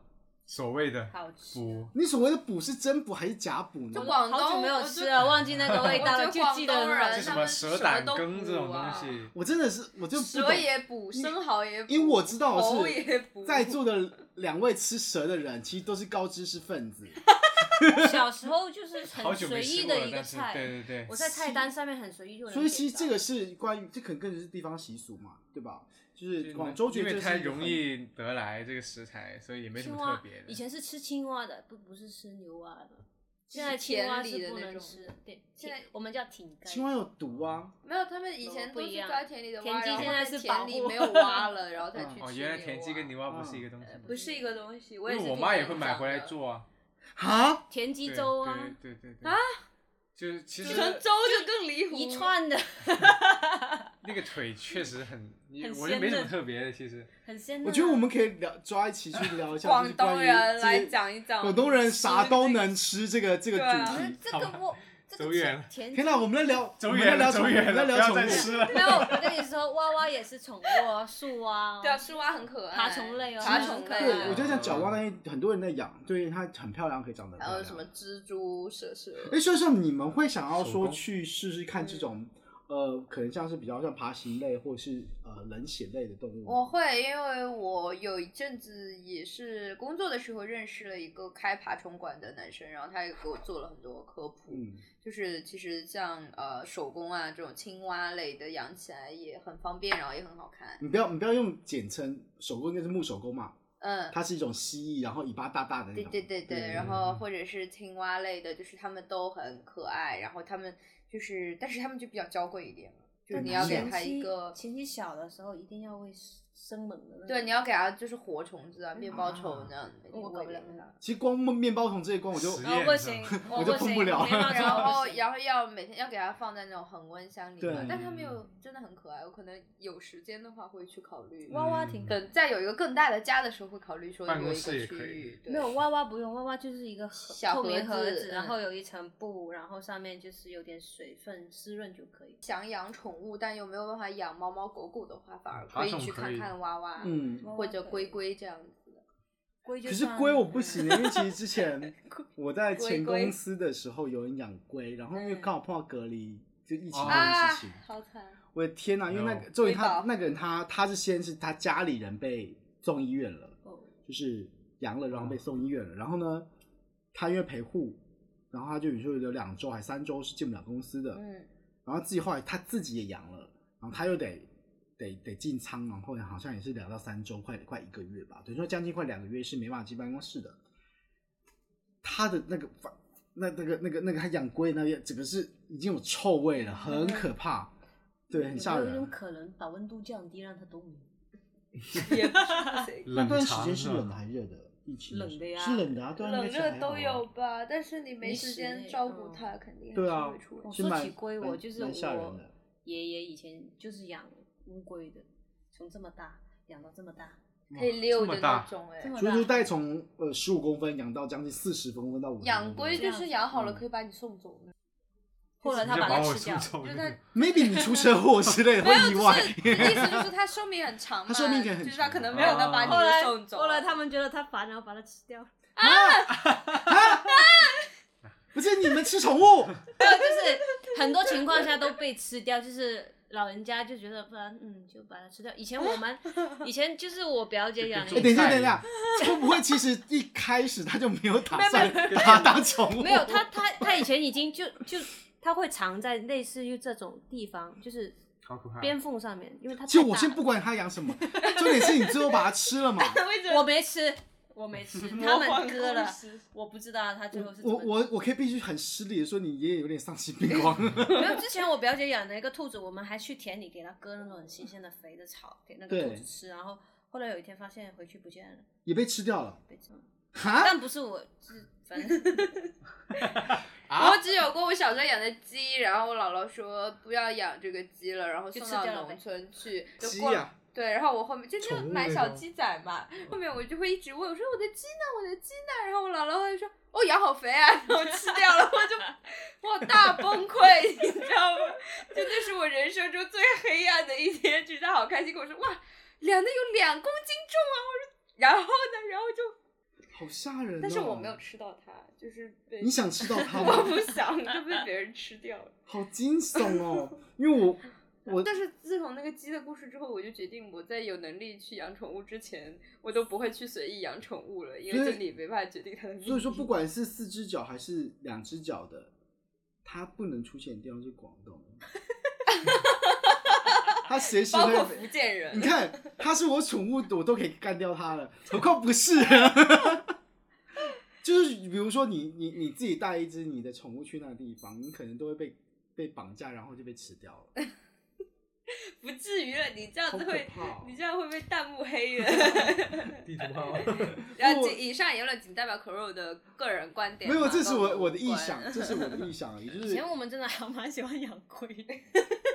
S2: 所谓的
S5: 好吃。
S2: 补，
S3: 你所谓的补是真补还是假补呢
S1: 就？广
S5: 好久
S1: 东
S5: 没有
S1: 我
S5: 吃
S1: 就
S5: 了，忘记那个味
S1: 我
S5: 道 了，
S1: 觉
S5: 就
S1: 得
S5: 记得
S1: 广东
S5: 很好
S4: 呃
S1: 人
S2: 就
S5: 吃
S2: 什
S1: 他
S2: 么
S1: 们
S2: 蛇
S1: 蛇
S2: 胆
S1: 都
S2: 羹这种
S1: 补啊
S2: 东西，
S3: 我真的是我就不懂
S1: 蛇也补，生蚝也补，
S3: 因为我知道
S1: 藕
S3: 是
S1: 也补，
S3: 在座的两位吃蛇的人，其实都是高知识分 子。
S5: 小时候就是
S2: 好
S5: 很
S2: 久没
S5: 随
S2: 吃
S5: 意
S2: 过
S5: 的
S2: 了
S5: 一，个
S2: 但是
S5: 菜，
S2: 对对对
S5: 我，在菜单上面很随意就能点到。
S3: 所以其实这个是关于，这可能更是地方习俗嘛，对吧？就是广州觉
S2: 因
S3: 得
S2: 为
S3: 这
S2: 它
S3: 是一个
S2: 容
S3: 很
S2: 易得来这个食材，所以也没什
S5: 青
S2: 么
S5: 蛙
S2: 特别的。
S5: 以前是吃青蛙的，不不是吃牛蛙的。现在
S1: 是
S5: 青蛙
S1: 田里
S5: 是
S1: 的
S5: 不
S1: 那
S5: 能
S1: 种。
S5: 吃，对，
S1: 现在
S5: 挺我们叫挺干。
S3: 青蛙有毒啊，
S1: 没有，他们以前
S5: 不
S1: 都
S5: 一
S1: 是
S5: 样
S1: 抓田里的蛙，
S5: 田鸡
S1: 然后
S5: 现在
S1: 发现
S5: 是保
S1: 田里
S5: 护
S1: 没有蛙 了，然后再
S3: 嗯
S1: 去吃。
S2: 哦，原来田鸡跟牛蛙不是一个东西
S1: 呃
S2: 吗，
S1: 不是一个东西，我
S2: 因
S1: 也
S2: 为
S1: 是
S2: 我
S1: 听
S2: 妈
S1: 别
S2: 也
S1: 人
S2: 会买
S1: 讲
S2: 回来
S1: 的。
S2: 做啊，
S3: 啊，
S5: 田鸡
S2: 对
S5: 粥啊，
S2: 对对对对啊，就是其实
S1: 成粥就更离谱，
S4: 一串的，
S2: 那个腿确实很，你
S4: 很
S2: 我觉得
S4: 鲜
S2: 没什
S4: 嫩
S2: 么特别的，其实
S4: 很鲜嫩啊。
S3: 我觉得我们可以聊抓一起去聊一下，
S1: 广东人
S3: 就是关于
S1: 来
S3: 这
S1: 讲一讲，
S3: 广东人啥都能吃这个这个
S1: 对啊
S3: 主
S6: 嗯
S3: 题。
S6: 这
S2: 好
S6: 个
S2: 吧
S6: 我这
S2: 走
S6: 个
S2: 远
S6: 前
S2: 了
S6: 前
S3: 天哪，我们在聊，
S2: 走
S3: 我们在
S2: 远了，
S3: 聊宠物，
S2: 走
S3: 我
S2: 远
S3: 们在
S2: 了，不
S3: 聊
S2: 要
S3: 宠
S2: 再
S3: 物。
S2: 吃了。
S4: 没有，我跟你说，蛙蛙也是宠物啊，树蛙，
S1: 对啊，树蛙很可爱，
S4: 爬虫类哦
S1: 爬虫
S4: 对
S3: 嗯
S1: 类
S3: 对，
S1: 啊，
S3: 我就想角蛙那些很多人在养，对它很漂亮，可以长得很
S1: 还
S3: 漂
S1: 有
S3: 亮。
S1: 什么？蜘蛛、蛇蛇，
S3: 哎，所以说你们会想要
S2: 手
S3: 说
S2: 工
S3: 去试试看这
S1: 嗯
S3: 种，呃，可能像是比较像爬行类或是呃冷血类的动物。
S1: 我会，因为我有一阵子也是工作的时候认识了一个开爬虫馆的男生，然后他也给我做了很多科普，
S3: 嗯，
S1: 就是其实像呃手工啊这种青蛙类的养起来也很方便，然后也很好看。
S3: 你不要你不要用简称，手工应该是木手工嘛，
S1: 嗯，
S3: 它是一种蜥蜴，然后尾巴大大的那
S1: 对
S3: 种。
S1: 对对对，然后或者是青蛙类的，就是它们都很可爱，然后它们就是，但是它们就比较娇贵一点了，就是
S4: 但
S1: 你要给
S4: 前
S1: 它一
S4: 期
S1: 个，
S4: 前期小的时候一定要喂生猛的那种。
S1: 对，你要给它就是活虫子啊，面包虫这样的，
S4: 我搞不了
S1: 喂它。
S3: 其实光面包虫这一关我就
S2: 实验
S4: 哦，不行，
S3: 我就
S4: 不行
S3: 碰不了
S4: 没办 法
S1: 然后，
S4: 不行
S1: 然后要每天要给它放在那种恒温箱里
S3: 对嗯
S1: 面，但它们又真的很可爱，我可能有时间的话会去考虑。
S4: 蛙蛙挺可
S1: 等再有一个更大的家的时候，会考虑说
S2: 办
S1: 有
S2: 公
S1: 一
S2: 室
S1: 个
S2: 也
S1: 区
S2: 可以
S1: 域。对
S4: 没有，蛙蛙不用，蛙蛙就是一个盒
S1: 小
S4: 透明
S1: 盒
S4: 盒
S1: 子
S4: 子，
S1: 嗯
S4: 然后有一层布，然后上面就是有点水分湿润就可以。
S1: 想养宠物，但又没有办法养猫猫狗狗的话，反而
S2: 爬
S1: 可以
S2: 虫
S1: 去
S2: 可
S1: 看
S2: 以
S1: 看蛙蛙，
S3: 嗯，
S1: 或者龟龟这样子的。
S4: 龟就
S3: 可是
S4: 算
S3: 龟我
S4: 了
S3: 不行，因为其实之 前我在前
S1: 龟
S3: 公司的时候有人养龟，然后因为刚好碰到隔离就疫情这件
S1: 啊
S3: 事情，，
S1: 好惨！
S3: 我的天哪！因为那个，终于他那个人他他是先是他家里人被送医院了，
S4: 哦
S3: 就是阳了，然后被送医院了，然后呢，他因为陪护，然后他就有时候有两周还三周是进不了公司的，
S1: 嗯，
S3: 然后自己后来他自己也阳了，然后他又得得得进仓，然后好像也是两到三周，快快一个月吧，等于说将近快两个月是没办法进办公室的。他的那个反那那个那个那个他养龟那边整个是已经有臭味了，
S1: 嗯
S3: 很可怕，对，很吓
S4: 有没有一
S3: 人啊
S4: 种。可能把温度降低，让它冬眠？
S1: 也不是
S3: 那
S2: 冷
S3: 段时
S2: 藏啊
S3: 间是
S2: 吧
S3: 冷的还是热的？疫情的时候
S4: 冷的呀
S3: 是冷的啊，对啊，
S1: 冷
S3: 那个
S1: 热
S3: 还好啊
S1: 都有。吧，但是你没
S4: 没
S1: 时
S4: 时
S1: 间
S4: 间
S1: 照顾
S4: 嗯
S1: 它，肯定
S3: 对
S1: 还
S3: 啊
S1: 是会出
S4: 我
S1: 问
S3: 是
S1: 题。
S4: 说
S3: 蛮
S4: 起龟，
S3: 蛮
S4: 我就是
S3: 蛮吓人
S4: 我
S3: 的
S4: 爷爷以前就是养乌龟的，从这么大养到这么大，
S3: 嗯
S1: 可以溜的
S2: 这么
S1: 那
S2: 大
S1: 种哎
S4: 这。么
S3: 猪猪
S4: 大。
S3: 带从呃十五公分养到将近四十公分到五十。
S1: 养龟就
S4: 这样
S1: 是
S4: 子
S1: 养好了
S3: 嗯
S1: 可以把你送走的，
S4: 后来
S2: 你
S4: 他
S2: 就
S4: 把
S2: 把
S4: 它
S2: 我
S4: 吃掉
S2: 送，走
S1: 就
S2: 那
S1: 在
S2: 个。
S3: maybe 你出车祸之 类的会意外。
S1: 你的意思就是它寿命很长嘛，
S3: 它寿命可以很
S1: 就是
S3: 长
S1: 它
S3: 啊
S1: 可能没有能把
S4: 后来
S1: 你送走。
S4: 后来他们觉得它烦，然后把它吃掉。
S3: 不是你们吃宠物，
S4: 就是很多情况下都被吃掉，就是老人家就觉得不然嗯就把它吃掉。以前我们以前就是我表姐养了
S2: 就
S3: 哎，
S2: 跟
S4: 一
S3: 等
S4: 只
S3: 一下，
S2: 菜
S3: 等一下， 会不会其实一开始他就没有打算把它当宠物？
S4: 没 有，他他他以前已经就就他会藏在类似于这种地方，就是
S2: 好可怕！
S4: 边缝上面，因为他
S3: 其实我先 不管它养什么，重点是你最后把它吃了嘛。
S4: 我没吃，我没吃，他们割了，我不知道他最后是怎
S3: 我
S4: 么。
S3: 我我可以必须很失礼的说，你爷爷有点丧心病狂。
S4: 没有，之前我表姐养的一个兔子，我们还去田里给它割那种很新鲜的肥的草给那个兔
S3: 对
S4: 子吃，然后后来有一天发现回去不见了，
S3: 也被吃掉了
S4: 被吃了。
S3: 哈？
S4: 但不是我，是反正
S3: 啊
S1: 我只有过我小时候养的鸡，然后我姥姥说不要养这个鸡了，然后
S4: 就
S1: 送
S4: 吃
S1: 到
S4: 掉了呗
S1: 农村去。就
S3: 鸡啊
S1: 过
S3: 呀
S1: 对，然后我后面就就
S2: 宠物
S1: 买
S2: 那
S1: 小
S2: 种
S1: 鸡仔嘛，后面我就会一直问我说我的鸡呢，我的鸡呢，然后我姥姥会说哦养好肥啊，然后吃掉了，我就我大崩溃，你知道吗？就那是我人生中最黑暗的一天，就是他好开心跟我说哇两的有两公斤重啊，我说然后呢，然后就
S3: 好吓人、哦！
S1: 但是我没有。吃到它，就是被
S3: 你想吃到它
S1: 我
S3: 吗？
S1: 不想就被别人吃掉了。
S3: 好惊悚哦！因为我我
S1: 但是自从那个鸡的故事之后，我就决定我在有能力去养宠物之前，我都不会去随意养宠物了，因为
S3: 所以
S1: 这里没办法决定它的命运。
S3: 所以说，不管是四只脚还是两只脚的，它不能出现的地方是广 东。它随时
S1: 包括
S3: 会
S1: 福建
S3: 你
S1: 人，
S3: 看，它是我宠物，我都可以干掉它了，何况不 是？就是比如说你你你自己带一只你的宠物去那个地方，你可能都会被被绑架，然后就被吃掉了。
S1: 不至于了，你这样子会
S3: 好可怕哦，
S1: 你这样会被弹幕 黑的。
S7: 地图炮，
S1: 然后，以上言论仅代表 c o r o 的个人观点
S3: 没
S1: 啊。
S3: 有，这
S1: 跟
S3: 是我
S1: 无
S3: 我的臆
S1: 关
S3: 想，这是我的臆想而已， 就
S5: 以
S3: 是
S5: 前我们真的还蛮喜欢养龟的，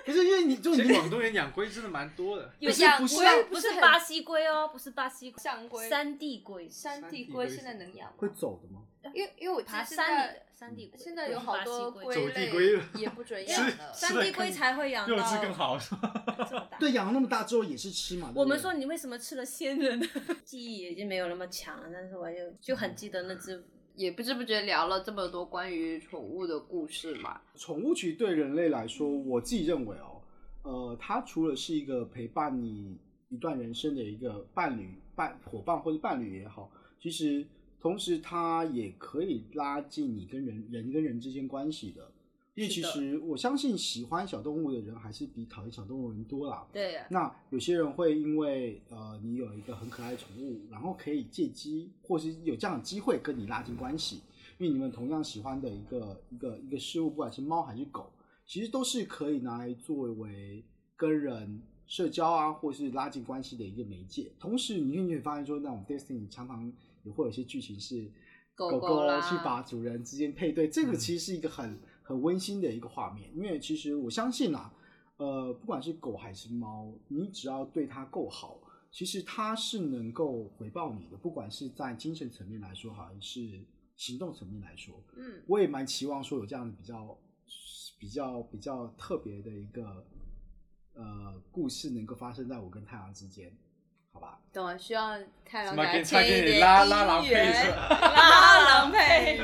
S3: 不是因为你就
S2: 其
S3: 你
S2: 实广东人养龟真的蛮多 的，
S1: 有
S3: 不是
S1: 养
S3: 不是
S1: 龟
S5: 不
S1: 是
S5: 是
S1: 很
S5: 巴西龟哦，不是巴西龟，
S1: 象龟、
S5: 山地龟，
S1: 山地
S2: 地
S1: 龟
S2: 龟
S1: 现
S2: 是
S1: 在能养吗？
S3: 会走的吗？
S1: 因为因为我记
S5: 爬
S1: 得现
S5: 山里
S1: 在
S5: 的山地龟。
S1: 现在有好多龟
S2: 走地龟
S1: 类
S2: 了
S1: 也不 准
S2: 吃
S1: 养了。
S2: 吃
S5: 山地龟才会养
S2: 肉
S5: 到
S2: 质更好是吧？
S5: 这么大。
S3: 对，养了那么大之后也是吃嘛。对不对
S5: 我们说你为什么吃了仙人？
S4: 记忆已经没有那么强，但是我就就很记得那只
S1: 也不知不觉聊了这么多关于宠物的故事嘛。
S3: 宠物其实对人类来说，我自己认为哦，呃，它除了是一个陪伴你一段人生的一个伴侣、伴伙伴或者伴侣也好，其实同时它也可以拉近你跟人人跟人之间关系的。因为其实我相信喜欢小动物的人还是比讨厌小动物的人多啦。
S1: 对，
S3: 那有些人会因为呃你有一个很可爱的宠物，然后可以借机或是有这样的机会跟你拉近关系，因为你们同样喜欢的一个一个一个事物，不管是猫还是狗，其实都是可以拿来作为跟人社交啊，或是拉近关系的一个媒介。同时，你你会发现说，那种 Destiny 常常也会有一些剧情是
S1: 狗
S3: 狗
S1: 狗啦
S3: 去把啊主人之间配对，这个其实是一个很很温馨的一个画面，因为其实我相信啊，呃，不管是狗还是猫，你只要对它够好，其实它是能够回报你的，不管是在精神层面来说，还是行动层面来说。
S1: 嗯，
S3: 我也蛮期望说有这样的比较比较比较特别的一个呃故事能够发生在我跟太阳之间，好吧？
S1: 懂了，需要太郎给
S2: 怎么
S1: 他
S2: 给他
S1: 牵一
S2: 给
S1: 点
S2: 你拉拉郎
S1: 姻
S2: 配
S1: 缘
S2: 是
S1: 拉郎配。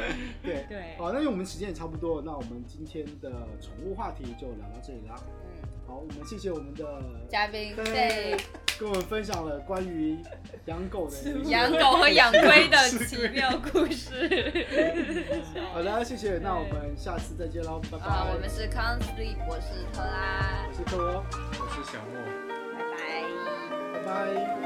S3: 对
S5: 对
S2: 哦
S3: 好，那我们时间也差不多了，那我们今天的宠物话题就聊到这里啦。
S1: 嗯，
S3: 好，我们谢谢我们的
S1: 嘉宾
S3: 对
S1: 被
S3: 跟我们分享了关于养狗的一些
S1: 养狗和养龟的奇妙故事。
S3: 好的，谢谢，那我们下次再见喽，拜拜。
S1: 啊，我们是 Con Sleep，我是特拉
S3: 我，是柯欧，哦
S2: 我是小莫。
S1: 拜拜。
S3: 拜拜。